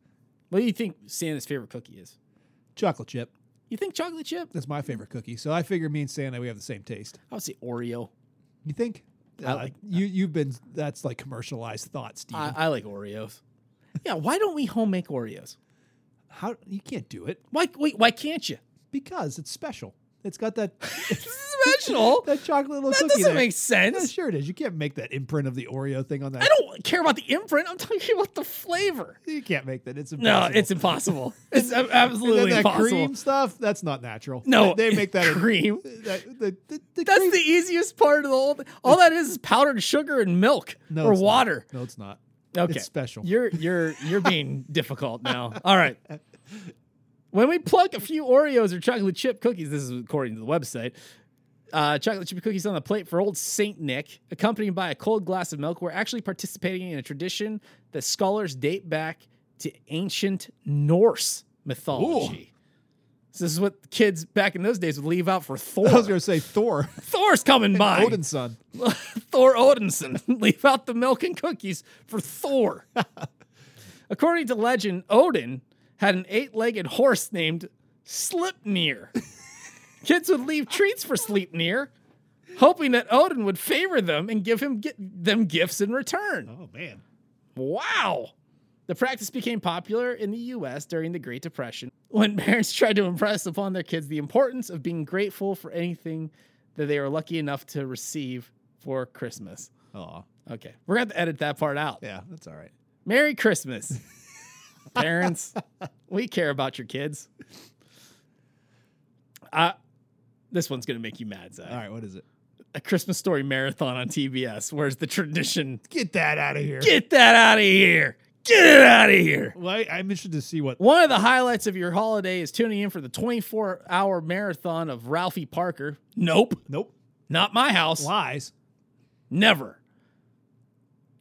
A: What do you think Santa's favorite cookie is?
B: Chocolate chip.
A: You think chocolate chip?
B: That's my favorite cookie. So I figure me and Santa we have the same taste.
A: I would say Oreo.
B: You think?
A: I
B: Uh,
A: like-
B: you. You've been that's like commercialized thought, Steve.
A: I, I like Oreos. Yeah. Why don't we home make Oreos?
B: How you can't do it
A: Why? Wait. Why can't you?
B: because it's special. It's got that
A: This is special. that
B: that chocolate little cookie.
A: doesn't
B: there.
A: make
B: Yeah,
A: sense.
B: sure it is. You can't make that imprint of the Oreo thing on that.
A: I don't care about the imprint. I'm talking about the flavor.
B: You can't make that. It's
A: No,
B: impossible.
A: it's impossible. It's a-
B: And then
A: absolutely
B: that
A: impossible.
B: cream stuff. That's not natural.
A: No,
B: they, they make that.
A: cream.
B: that the, the, the
A: That's
B: cream-
A: the easiest part of the whole. Thing. All that is, is powdered sugar and milk
B: No,
A: or
B: it's not.
A: water.
B: No, it's not.
A: Okay.
B: It's special.
A: You're you're you're being difficult now. All right. When we pluck a few Oreos or chocolate chip cookies, this is according to the website. Uh, chocolate chip cookies on the plate for old Saint Nick, accompanied by a cold glass of milk. We're actually participating in a tradition that scholars date back to ancient Norse mythology. So this is what kids back in those days would leave out for Thor.
B: I was going to say Thor,
A: Thor's coming by.
B: Odin's son.
A: Thor Odinson. Leave out the milk and cookies for Thor. According to legend, Odin had an eight legged horse named Sleipnir. Kids would leave treats for Sleipnir, hoping that Odin would favor them and give him gi- them gifts in return.
C: Oh man.
A: Wow. The practice became popular in the US during the Great Depression when parents tried to impress upon their kids the importance of being grateful for anything that they were lucky enough to receive for Christmas.
B: Oh,
A: Okay. We're going to have to edit that part out.
B: yeah, that's all right.
A: Merry Christmas. Parents, we care about your kids. Uh, this one's going to make you mad, Zach.
B: All right, what is it?
A: A Christmas story marathon on TBS. Where's the tradition?
C: Get that out of here.
A: Get that out of here. Get it out of here.
B: Well, I, I'm interested to see what.
A: One of the highlights of your holiday is tuning in for the 24 hour marathon of Ralphie Parker. Nope.
B: Nope,
A: Not my house.
B: lies.
A: Never.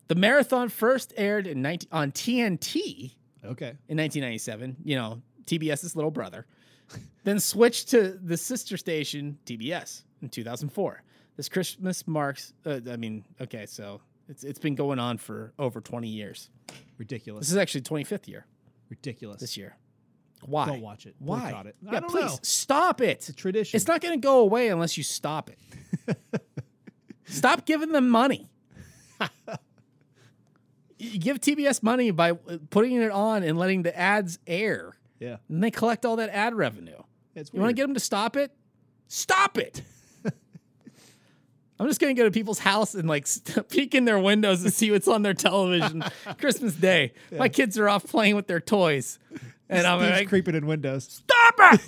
A: The marathon first aired in 19, on TNT
B: Okay,
A: in 1997, you know, TBS's little brother, then switched to the sister station, TBS, in 2004. This Christmas marks, uh, I mean, okay, so it's, it's been going on for over 20 years.
B: ridiculous,
A: This is actually 25th year
B: ridiculous.
A: this year. Why?
B: Don't watch it.
A: Why?
B: Boycott it.
A: Yeah,
B: I don't
A: please
B: know.
A: stop it.
B: It's a tradition.
A: It's not going to go away unless you stop it. stop giving them money. you give TBS money by uh, putting it on and letting the ads air,
B: Yeah,
A: and they collect all that ad revenue.
B: it's
A: You want to
B: weird.
A: get them to stop it? Stop it. I'm just going to go to people's house and like st- peek in their windows and see what's on their television Christmas Day. My kids are off playing with their toys. And I'm
B: Steve's
A: like,
B: creeping in windows.
A: Stop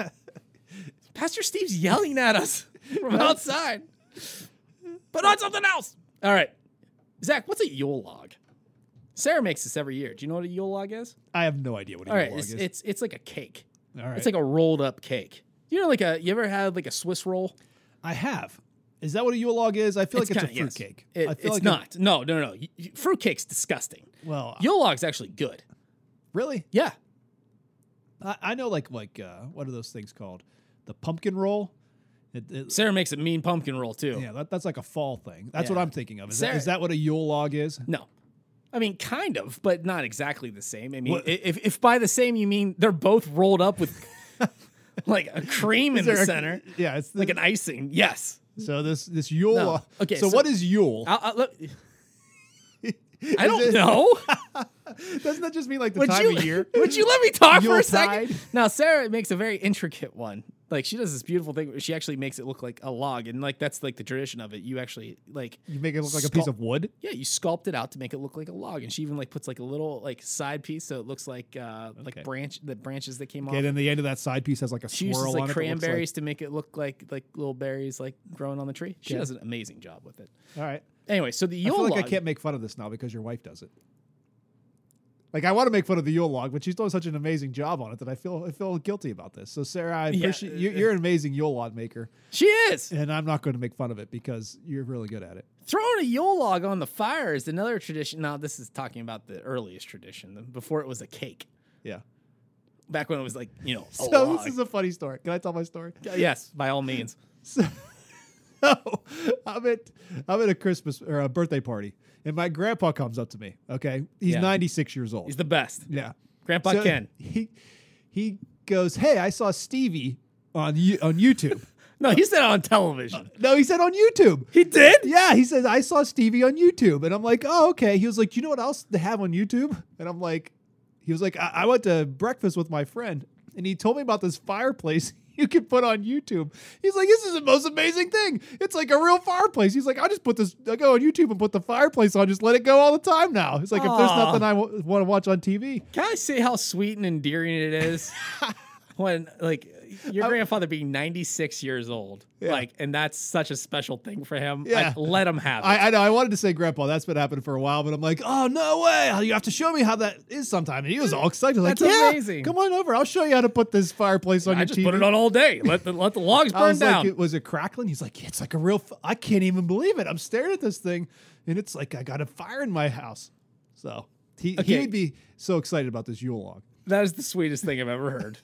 A: it! Pastor Steve's yelling at us from outside. Put on something else. All right. Zach, what's a Yule log? Sarah makes this every year. Do you know what a Yule log is?
B: I have no idea what
A: All right,
B: Yule log
A: it's,
B: is.
A: it's it's like a cake.
B: All right,
A: It's like a rolled up cake. You know, like a you ever had like a Swiss roll?
B: I have. Is that what a Yule log is? I feel like it's a
A: kinda- yes.
B: fruitcake.
A: It-
B: I
A: it's
B: feel like it-
A: not. no, no, no. Y- y- Fruitcake's disgusting.
B: well,
A: Yule log's actually good.
B: really?
A: Yeah,
B: I, I know, like, like uh, what are those things called? The pumpkin roll. It, it-
A: Sarah makes a mean pumpkin roll too.
B: yeah, that, that's like a fall thing. That's what
A: Yeah.
B: I'm thinking of. Is that,
A: Sarah-
B: is that what a Yule log is?
A: No. I mean, kind of, but not exactly the same. I mean,
B: What-
A: i if, if by the same you mean they're both rolled up with like a cream in the
B: Is there a-
A: center,
B: Yeah, it's the,
A: like an icing. Yes.
B: so this this Yule.
A: No.
B: log-
A: Okay,
B: so,
A: so-
B: what is Yule?
A: I, I, look, I don't
B: it-
A: know.
B: Doesn't that just mean like the
A: Would
B: time
A: you,
B: of year?
A: would you let me talk for a
B: Yuletide?
A: second? Now, Sarah makes a very intricate one. Like she does this beautiful thing where she actually makes it look like a log, and like that's like the tradition of it. You actually like
B: You make it look like a piece
A: Skull-
B: of wood.
A: yeah, you sculpt it out to make it look like a log, and she even like puts like a little like side piece so it looks like uh
B: Okay.
A: like branch the branches that came off.
B: Okay, then the end of that side piece has like a
A: She uses
B: swirl on
A: like
B: it. that looks
A: cranberries to make it look like like little berries like growing on the tree. She
B: Okay.
A: does an amazing job with it.
B: Like, all right.
A: Anyway, so the
B: I
A: Yule
B: feel like I
A: log,
B: can't make fun of this now because your wife does it. Like I want to make fun of the Yule log, but she's doing such an amazing job on it that I feel I feel guilty about this. So Sarah, I
A: Yeah,
B: appreciate
A: uh,
B: you, you're an amazing Yule log maker,
A: she is
B: and I'm not going to make fun of it because you're really good at it.
A: throwing a Yule log on the fire is another tradition. Now this is talking about the earliest tradition the- before it was a cake.
B: Yeah.
A: Back when it was like you know a
B: So
A: log.
B: this is a funny story. Can I tell my story?
A: yes, by all means.
B: no, I'm at I'm at a Christmas or a birthday party, and my grandpa comes up to me. Okay, he's
A: Yeah.
B: 96 years old.
A: He's the best.
B: yeah,
A: Grandpa
B: So
A: Ken.
B: He he goes, hey, I saw Stevie on you on YouTube.
A: No, he said it on television.
B: no, he said on YouTube.
A: He did.
B: Yeah, he says I saw Stevie on YouTube, and I'm like, oh, okay. He was like, you know what else they have on YouTube? And I'm like, he was like, I, I went to breakfast with my friend, and he told me about this fireplace you can put on YouTube. He's like, this is the most amazing thing. It's like a real fireplace. He's like, I just put this, I go on YouTube and put the fireplace on, just let it go all the time now. He's like, if there's
A: Aw.
B: nothing I want to watch on TV,
A: Can I say how sweet and endearing it is? when like your grandfather being 96 years old,
B: Yeah.
A: like, and that's such a special thing for him.
B: Yeah.
A: Like, let him have it.
B: I, I know. I wanted to say grandpa. That's been happening for a while, but I'm like, oh no way! You have to show me how that is sometime. And he was all excited, like,
A: That's
B: yeah,
A: amazing.
B: Come on over. I'll show you how to put this fireplace on
A: I
B: your
A: just
B: TV.
A: put it on all day. Let the let the logs
B: I
A: burn
B: was
A: down.
B: like, it was a crackling. He's like, it's like a real. F- I can't even believe it. I'm staring at this thing, and it's like I got a fire in my house. So he
A: Okay.
B: he'd be so excited about this Yule log.
A: That is the sweetest thing I've ever heard.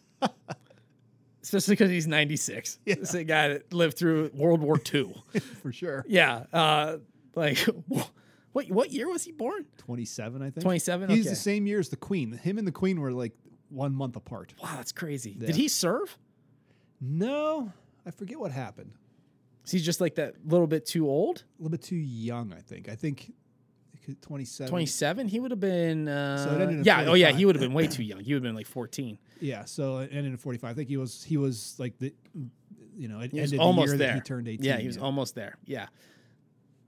A: Especially because he's 96. This is a guy that lived through World War II.
B: for sure.
A: yeah. Uh, like, what what year was he born?
B: 27, I think.
A: 27?
B: He's
A: Okay.
B: the same year as the Queen. Him and the Queen were like one month apart.
A: Wow, that's crazy.
B: Yeah.
A: Did he serve?
B: No, I forget what happened.
A: Is he just like that little bit too old?
B: A little bit too young, I think. I think 27.
A: 27? He would have been.
B: So it
A: Uh,
B: ended at
A: yeah. Oh, yeah.
B: 45.
A: He would have been way too young. He would have been like 14.
B: Yeah, so it ended at 45. I think he was he was like the you know, it
A: He was
B: ended
A: almost
B: the year
A: there.
B: that he turned 18.
A: Yeah. He was almost there. Yeah.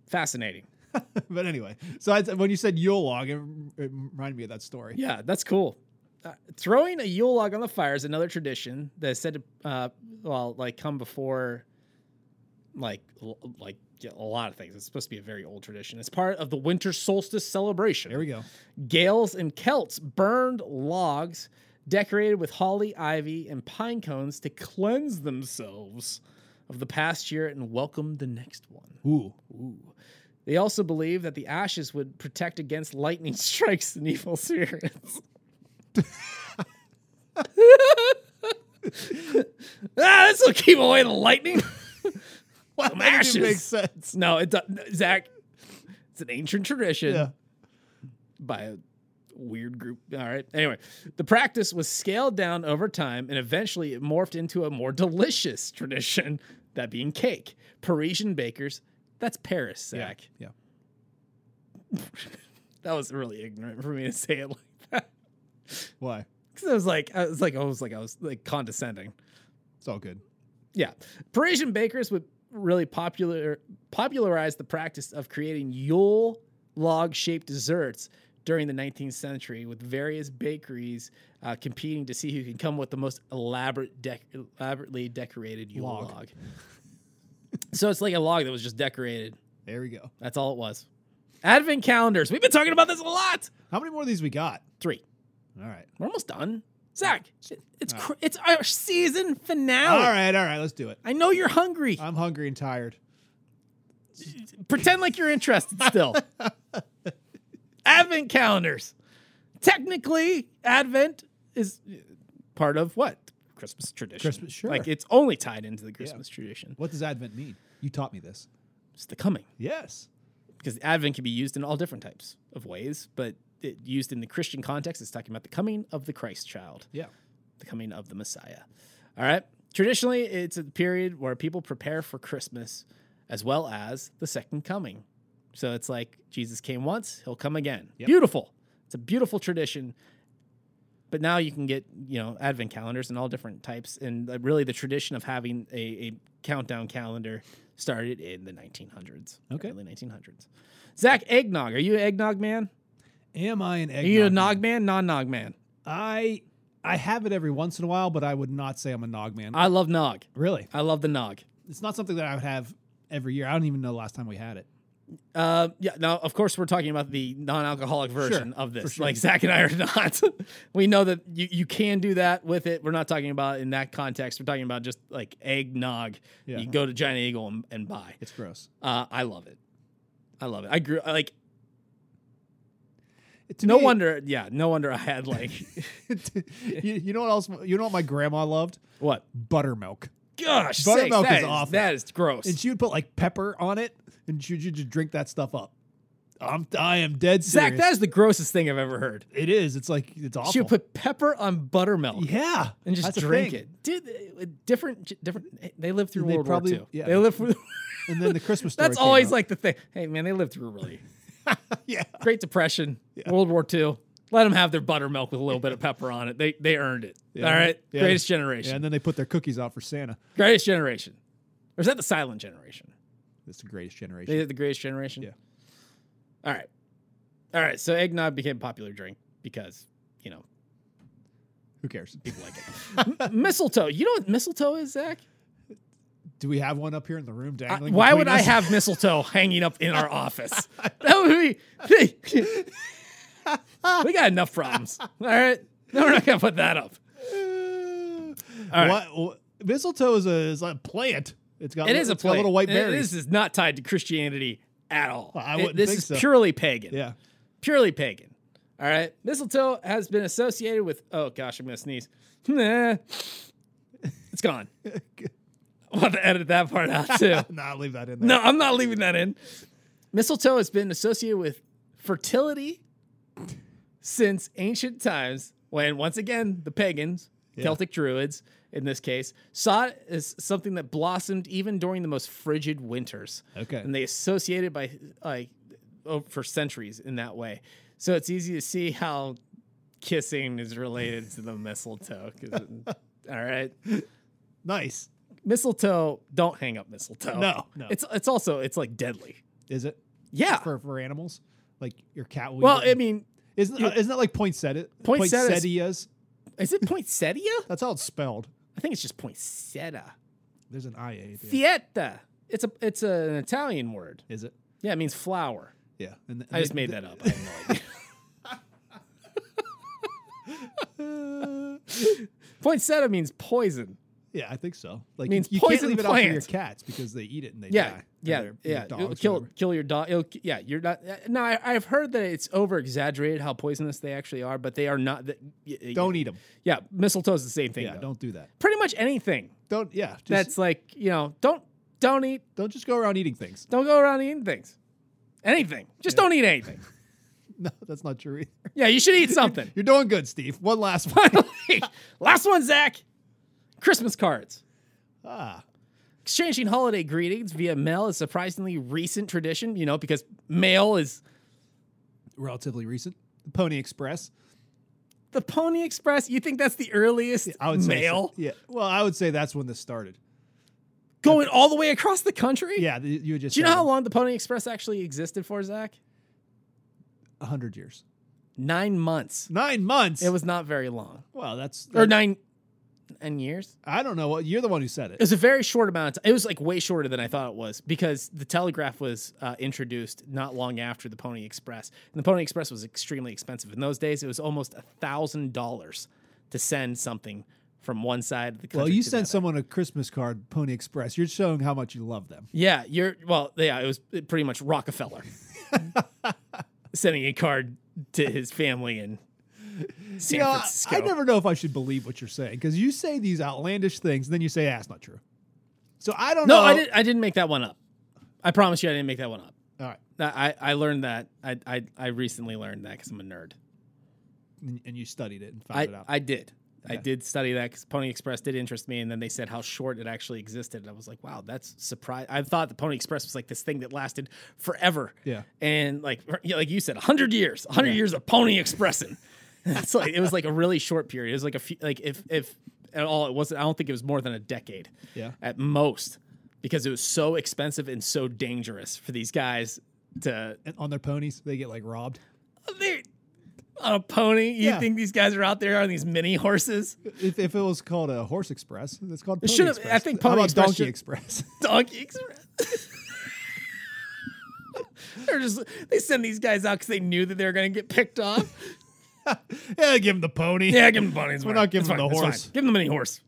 A: Fascinating.
B: but anyway, so I, when you said Yule log, it, it reminded me of that story.
A: Yeah, that's cool. Uh, throwing a Yule log on the fire is another tradition that is said to, uh, well, like come before, like, l- like yeah, a lot of things. It's supposed to be a very old tradition. It's part of the winter solstice celebration.
B: There we go.
A: Gales and Celts burned logs decorated with holly, ivy, and pine cones to cleanse themselves of the past year and welcome the next one.
B: Ooh.
A: Ooh. They also believed that the ashes would protect against lightning strikes and evil spirits. ah, this will keep away the lightning.
B: Wow,
A: Some
B: that
A: ashes.
B: didn't make sense.
A: no, it does. Zach, it's an ancient tradition
B: Yeah.
A: by a weird group. All right. Anyway, the practice was scaled down over time and eventually it morphed into a more delicious tradition, that being cake. Parisian bakers. That's Paris, Zach.
B: Yeah.
A: That was really ignorant for me to say it like that.
B: Why?
A: Because I was like, I was like, I was like, I was like condescending.
B: It's all good.
A: Yeah, Parisian bakers would really popular popularize the practice of creating Yule log shaped desserts during the 19th century, with various bakeries uh, competing to see who can come with the most elaborate, dec- elaborately decorated Yule
B: Log.
A: log. so it's like a log that was just decorated.
B: There we go.
A: That's all it was. Advent calendars. We've been talking about this a lot.
B: How many more of these we got?
A: Three.
B: All right.
A: We're almost done. Zach, it- it's cr- it's our season
B: All
A: finale.
B: right, all right, let's do it.
A: I know you're hungry.
B: I'm hungry and tired.
A: Uh, Pretend like you're interested still. Advent calendars. Technically, Advent is uh, part of what? Christmas tradition.
B: Christmas, sure.
A: Like it's only tied into the Christmas tradition.
B: What does Advent mean? You taught me this.
A: It's the coming.
B: Yes.
A: Because Advent can be used in all different types of ways, but it, used in the Christian context, it's talking about the coming of the Christ child.
B: Yeah.
A: the coming of the Messiah. All right. Traditionally, it's a period where people prepare for Christmas as well as the second coming. So it's like Jesus came once, he'll come again.
B: Yep.
A: Beautiful. It's a beautiful tradition. But now you can get, you know, advent calendars and all different types. And uh, really, the tradition of having a, a countdown calendar started in the 1900s.
B: Okay.
A: Early 1900s. Zach, eggnog. Are you an eggnog man?
B: Am I an egg?
A: Are you a nog man? Non nog man.
B: I I have it every once in a while, but I would not say I'm a nog man.
A: I love nog.
B: really,
A: I love the nog.
B: it's not something that I would have every year. I don't even know the last time we had it.
A: Uh, yeah. Now, of course, we're talking about the non-alcoholic version of
B: for
A: this.
B: sure.
A: Like Zach and I are not. we know that you, you can do that with it. We're not talking about in that context. We're talking about just like eggnog.
B: Yeah.
A: You go to Giant Eagle and, and buy.
B: It's gross.
A: Uh, I love it. I love it. I grew like
B: To
A: no
B: me,
A: wonder. Yeah, no wonder I had like
B: you, you know what else? You know what my grandma loved?
A: what?
B: Buttermilk.
A: Gosh,
B: Buttermilk
A: sakes, that
B: is awful.
A: That is gross.
B: And she would put like pepper on it, and she would just drink that stuff up. I'm I am dead serious.
A: Zach, that is the grossest thing I've ever heard.
B: it is. It's like it's awful.
A: She would put pepper on buttermilk.
B: yeah,
A: and just
B: that's a
A: drink
B: thing.
A: it. Dude, uh, different, different. They lived through
B: They
A: World
B: probably-
A: War II.
B: yeah.
A: They lived through.
B: And then the Christmas story.
A: That's
B: came
A: always
B: out.
A: like the thing. Hey man, they lived through really
B: yeah.
A: Great Depression, World War II. Let them have their buttermilk with a little bit of pepper on it. They they earned it.
B: Yeah.
A: All right,
B: Yeah.
A: Greatest
B: Yeah,
A: Generation,
B: and then they put their cookies out for Santa.
A: Greatest Generation, or is that the Silent Generation?
B: That's the greatest
A: They
B: generation.
A: did the Greatest Generation.
B: Yeah.
A: All right, all right. So eggnog became a popular drink because you know
B: Who cares? People like it.
A: mistletoe. You know what mistletoe is, Zach?
B: Do we have one up here in the room
A: I-
B: dangling?
A: why
B: between
A: would I
B: us?
A: have mistletoe hanging up in our office? That would be. we got enough problems. All right. No, we're not going to put that up. All right.
B: What, wh- mistletoe is a, is a plant. It's got
A: It
B: li-
A: is a
B: it's got
A: play.
B: little white
A: It-
B: berries.
A: This is not tied to Christianity at all.
B: Well, I
A: It-
B: wouldn't
A: this
B: think
A: is
B: so.
A: purely pagan.
B: yeah.
A: Purely pagan. All right. Mistletoe has been associated with. Oh, gosh, I'm going to sneeze. Nah. It's gone. We'll have to edit that part out, too.
B: nah, leave that in there.
A: No, I'm not leaving that in. Mistletoe has been associated with fertility since ancient times when, once again, the pagans,
B: Yeah.
A: Celtic druids in this case, saw it as something that blossomed even during the most frigid winters.
B: Okay.
A: And they associated by like oh, for centuries in that way. So it's easy to see how kissing is related to the mistletoe. 'cause it- all right
B: Nice.
A: mistletoe don't hang up mistletoe
B: No, no.
A: it's it's also it's like deadly
B: Is it
A: yeah
B: for for animals like your cat? will
A: well
B: get-
A: i mean
B: isn't uh, isn't that like poinsettia?
A: Poinsettias-
B: Poinsettias.
A: is it poinsettia
B: That's how it's spelled.
A: i think it's just poinsettia
B: There's an I A. at the end.
A: fietta it's a it's an italian word
B: Is it?
A: yeah it means flower
B: Yeah. And, th-
A: i just made that up I have no idea. poinsettia means poison
B: uh, Yeah, I think so. Like
A: Means
B: you, you can't
A: poison
B: leave it out for your
A: plant.
B: cats because they eat it and they
A: yeah
B: die. Or
A: yeah
B: their- their
A: yeah it'll
B: dogs,
A: kill
B: whatever.
A: kill your dog it'll, yeah you're not no I, i've heard that it's over exaggerated how poisonous they actually are but they are not that
B: Don't eat them.
A: yeah mistletoe's the same thing
B: Yeah,
A: though.
B: don't do that.
A: pretty much anything
B: Don't. Yeah, just,
A: that's like you know don't don't eat
B: don't just go around eating things.
A: don't go around eating things anything just don't eat anything
B: No, that's not true either.
A: yeah you should eat something
B: You're doing good, Steve. One last one.
A: last one zach christmas cards
B: ah,
A: exchanging holiday greetings via mail is surprisingly recent tradition you know because mail is
B: relatively recent. The Pony Express.
A: the pony express you think that's the earliest
B: I would say so.
A: mail
B: Yeah. Well, I would say that's when this started.
A: going all the way across the country
B: Yeah, th- you would just.
A: do you know
B: said
A: how long the pony express actually existed for zach
B: a hundred years?
A: nine months
B: Nine months.
A: it was not very long
B: Well, that's.
A: or nine nine years
B: I don't know. Well, you're the one who said
A: It
B: it.
A: was a very short amount of time. It was like way shorter than I thought it was because the telegraph was uh, introduced not long after the Pony Express. And the Pony Express was extremely expensive. In those days, it was almost a $1,000 to send something from one side of the country.
B: Well, you
A: to the
B: sent
A: other.
B: someone a Christmas card, Pony Express. You're showing how much you love them.
A: Yeah, you're, well, yeah, it was pretty much Rockefeller sending a card to his family in San
B: You know, I-
A: Francisco.
B: I never know if I should believe what you're saying because you say these outlandish things, and then you say, "Ah, it's not true." So I don't
A: no,
B: know.
A: I, did, I didn't make that one up. I promise you, I didn't make that one up.
B: All right,
A: I, I I learned that. I, I, I recently learned that because I'm a nerd.
B: and, and you studied it and found
A: I,
B: it out.
A: I did. I
B: Okay.
A: did study that because Pony Express did interest me, and then they said how short it actually existed, and I was like, "Wow, that's surprise." I thought the Pony Express was like this thing that lasted forever,
B: Yeah.
A: and like yeah, like you said, hundred years, hundred years of Pony Expressing. It's like it was like a really short period. It was like a few, like if if at all it wasn't. I don't think it was more than a decade,
B: Yeah.
A: at most, because it was so expensive and so dangerous for these guys to
B: and on their ponies, they get like robbed.
A: they on a pony. You
B: Yeah.
A: think these guys are out there on these mini horses?
B: If, if it was called a horse express, it's called. Pony
A: should have- I
B: Express.
A: think
B: How
A: Pony
B: about
A: Express
B: Donkey
A: should-
B: Express.
A: Donkey Express. They're just they send these guys out because they knew that they were gonna get picked off.
B: yeah, give him the pony.
A: Yeah, give them bunnies.
B: We're not giving them the horse.
A: Give them a mini horse.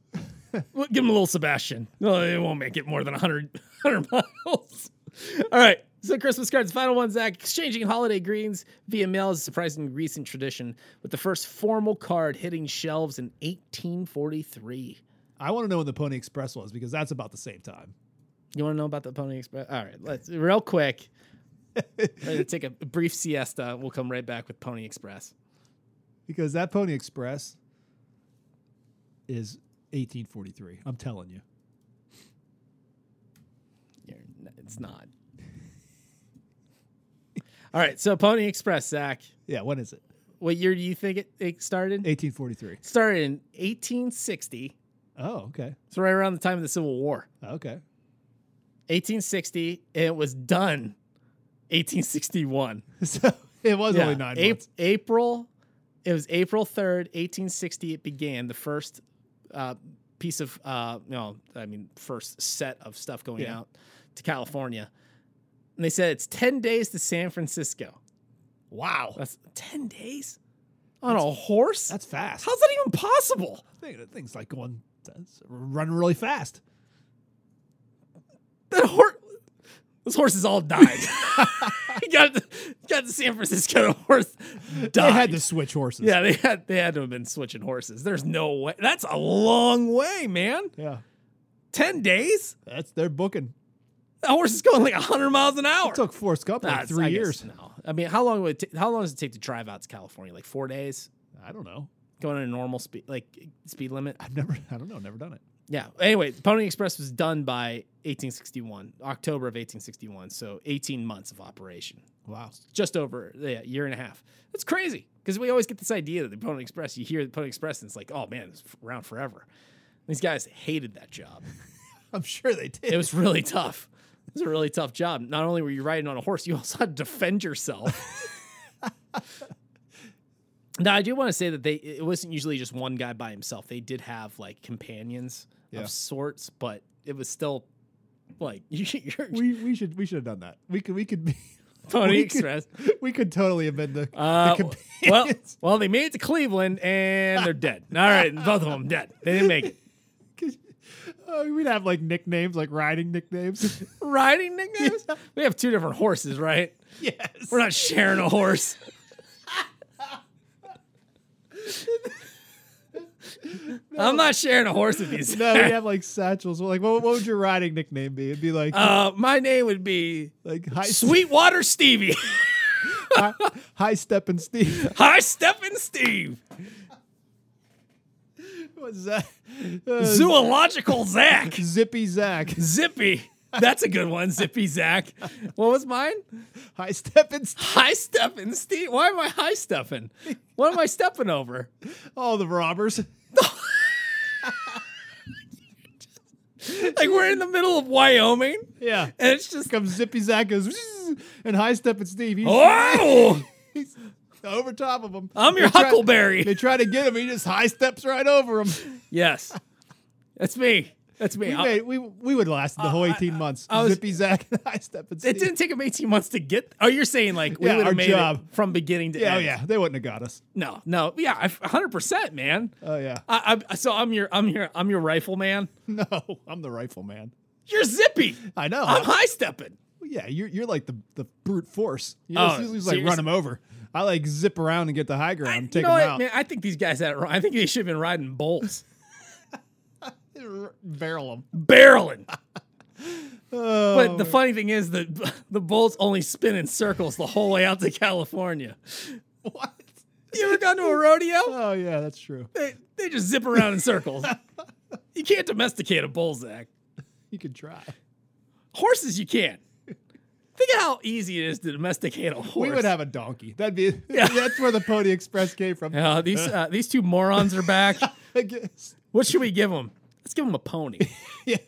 A: Well, give them a little Sebastian. No, it won't make it more than 100, 100 miles. All right. So Christmas cards, final one, Zach. Exchanging holiday greetings via mail is a surprisingly recent tradition, with the first formal card hitting shelves in 1843.
B: I want to know when the Pony Express was because that's about the same time.
A: You want to know about the Pony Express? All right, let's real quick. We're gonna take a brief siesta. We'll come right back with Pony Express.
B: Because that Pony Express is 1843. I'm telling you.
A: You're n- It's not. All right, so Pony Express, Zach.
B: Yeah, when is it?
A: What year do you think it, it started?
B: 1843.
A: It started in 1860.
B: Oh, okay.
A: It's right around the time of the Civil War.
B: Okay.
A: 1860, and it was done 1861.
B: So it was
A: Yeah,
B: only nine
A: Ap-
B: months.
A: April It was April 3rd, 1860. It began the first uh, piece of, uh, no, I mean, first set of stuff going
B: Yeah.
A: out to California. And they said it's 10 days to San Francisco.
B: Wow.
A: That's 10 days on a horse?
B: That's fast.
A: How's that even possible?
B: Thing- that thing's like going, that's running really fast.
A: That horse. Those horses all died. He got to, got to San Francisco. The horse died.
B: They had to switch horses.
A: Yeah, they had they had to have been switching horses. There's no way. That's a long way, man.
B: Yeah.
A: Ten days.
B: That's their booking.
A: That horse is going like hundred miles an hour.
B: It took Forrest Gump
A: Nah,
B: like
A: it's-
B: three
A: I guess
B: years.
A: No, I mean, how long would it ta- how long does it take to drive out to California? Like four days,
B: I don't know.
A: going at a normal speed like speed limit.
B: I've never, I don't know, never done it.
A: Yeah. Anyway, the Pony Express was done by 1861, October of 1861. So 18 months of operation.
B: Wow.
A: just over yeah, a year and a half. That's crazy because we always get this idea that the Pony Express, you hear the Pony Express, and it's like, oh man, it's f- around forever. These guys hated that job.
B: I'm sure they did.
A: It was really tough. It was a really tough job. Not only were you riding on a horse, you also had to defend yourself. now, I do want to say that they it wasn't usually just one guy by himself. They did have like companions
B: Yeah.
A: of sorts, but it was still like you, you're
B: we, we should we should have done that. We could we could be
A: Pony
B: we
A: Express.
B: Could, we could totally have been the,
A: Uh,
B: the compa-
A: well, well, they made it to Cleveland and they're dead. All right, both of them dead. They didn't make it.
B: uh, we'd have like nicknames, like riding nicknames.
A: Riding nicknames? We have two different horses, right?
B: yes.
A: We're not sharing a horse. I'm not sharing a horse with these.
B: No, we'd have like satchels. Like, what, what would your riding nickname be? It'd be like
A: Uh, my name would be
B: like high
A: Sweetwater Stevie.
B: high, high step and Steve.
A: High stepping Steve.
B: What's that? Uh,
A: Zoological Zach.
B: Zippy Zach.
A: Zippy. That's a good one. Zippy Zach. What was mine?
B: High step and Steve.
A: high stepping, Steve. Why am I high stepping? What am I stepping over?
B: All the robbers.
A: Like we're in the middle of Wyoming,
B: Yeah.
A: and it's just
B: Comes Zippy Zach goes "Zzz," and high step and Steve. He's,
A: oh,
B: he's over top of him.
A: I'm your
B: They try-
A: huckleberry.
B: They try to get him. He just high steps right over him.
A: yes, that's me. That's me.
B: We,
A: I-
B: made, we, we would last the whole 18 months.
A: I was-
B: Zippy Zach and high step and Steve.
A: it didn't take him 18 months to get. Oh, you're saying like we
B: Yeah,
A: would
B: our
A: have made
B: job.
A: it from beginning to
B: Yeah, oh
A: end?
B: yeah. They wouldn't have got us.
A: No, no. Yeah, I- 100%, man.
B: Oh yeah.
A: I, I, so I'm your, I'm your, I'm your rifle man.
B: No, I'm the rifle man.
A: You're zippy.
B: I know.
A: I'm high stepping.
B: Yeah, you're you're like the, the brute force. You know,
A: Oh,
B: usually just like run
A: seriously.
B: them over. I like zip around and get the high ground, and take
A: you know
B: them
A: what,
B: out,
A: man? I think these guys had it wrong. I think they should have been riding bulls,
B: R- barrel them.
A: barreling.
B: Oh,
A: But the funny thing is that the bulls only spin in circles the whole way out to California.
B: what?
A: You ever gone to a rodeo?
B: Oh yeah, that's true.
A: They, they just zip around in circles. You can't domesticate a bull, Zach.
B: You could try.
A: Horses, you can. Think of how easy it is to domesticate a horse.
B: We would have a donkey. That'd be that's where the Pony Express came from.
A: Yeah, these uh, these two morons are back.
B: I guess.
A: What should we give them? Let's give them a pony.
B: Yes.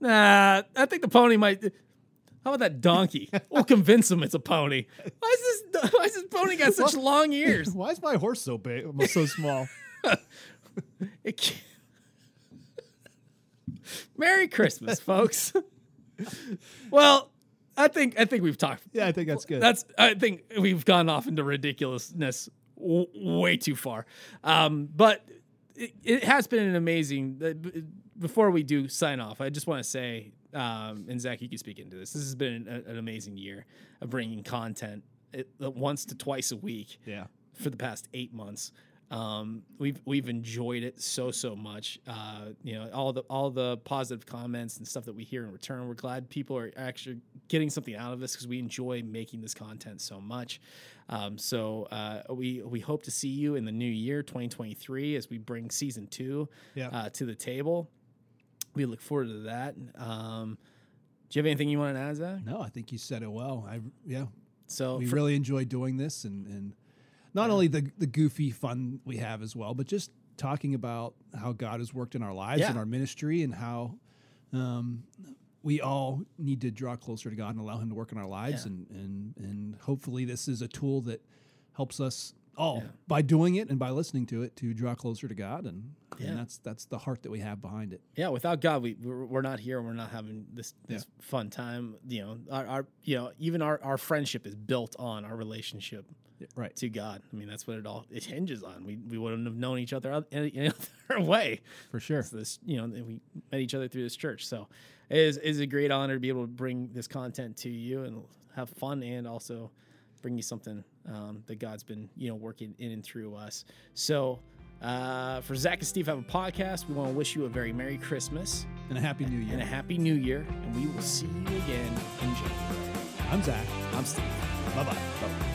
A: Nah, I think the pony might. How about that donkey? We'll convince them it's a pony. Why is this? Why is this pony got such long ears?
B: Why is my horse so big? So small.
A: It can't- Merry Christmas, folks. well, I think I think we've talked.
B: Yeah, I think that's good.
A: That's I think we've gone off into ridiculousness w- way too far. Um, but it, it has been an amazing. uh, b- Before we do sign off, I just want to say, um, and Zach, you can speak into this. This has been an, an amazing year of bringing content it, once to twice a week
B: yeah.
A: for the past eight months. Um, we've we've enjoyed it so so much. Uh, you know all the all the positive comments and stuff that we hear in return. We're glad people are actually getting something out of this because we enjoy making this content so much. Um, so uh, we we hope to see you in the new year, 2023, as we bring season two
B: Yeah.
A: uh, to the table. We look forward to that. Um, do you have anything you want to add, Zach?
B: No, I think you said it well. I yeah,
A: So
B: we
A: Oh, for-
B: really enjoy doing this, and and not only the the goofy fun we have as well, but just talking about how God has worked in our lives
A: Yeah.
B: and our ministry, and how um, we all need to draw closer to God and allow Him to work in our lives,
A: Yeah.
B: and and and hopefully this is a tool that helps us all by doing it and by listening to it to draw closer to God, and,
A: Yeah.
B: and that's that's the heart that we have behind it.
A: Yeah, without God, we we're we're not here. and We're not having this this fun time. You know, our, our you know even our our friendship is built on our relationship
B: Yeah, Right.
A: to God. I mean, that's what it all it hinges on. We we wouldn't have known each other oth- any, any other way.
B: For sure.
A: It's this you know that we met each other through this church. So it is it is a great honor to be able to bring this content to you and have fun and also bring you something um, that God's been you know working in and through us. So. Uh, for Zach and Steve have a podcast. We want to wish you a very Merry Christmas
B: And a happy new year.
A: and a happy new year. And we will see you again in January.
B: I'm Zach.
A: I'm Steve.
B: Bye bye.
A: Bye.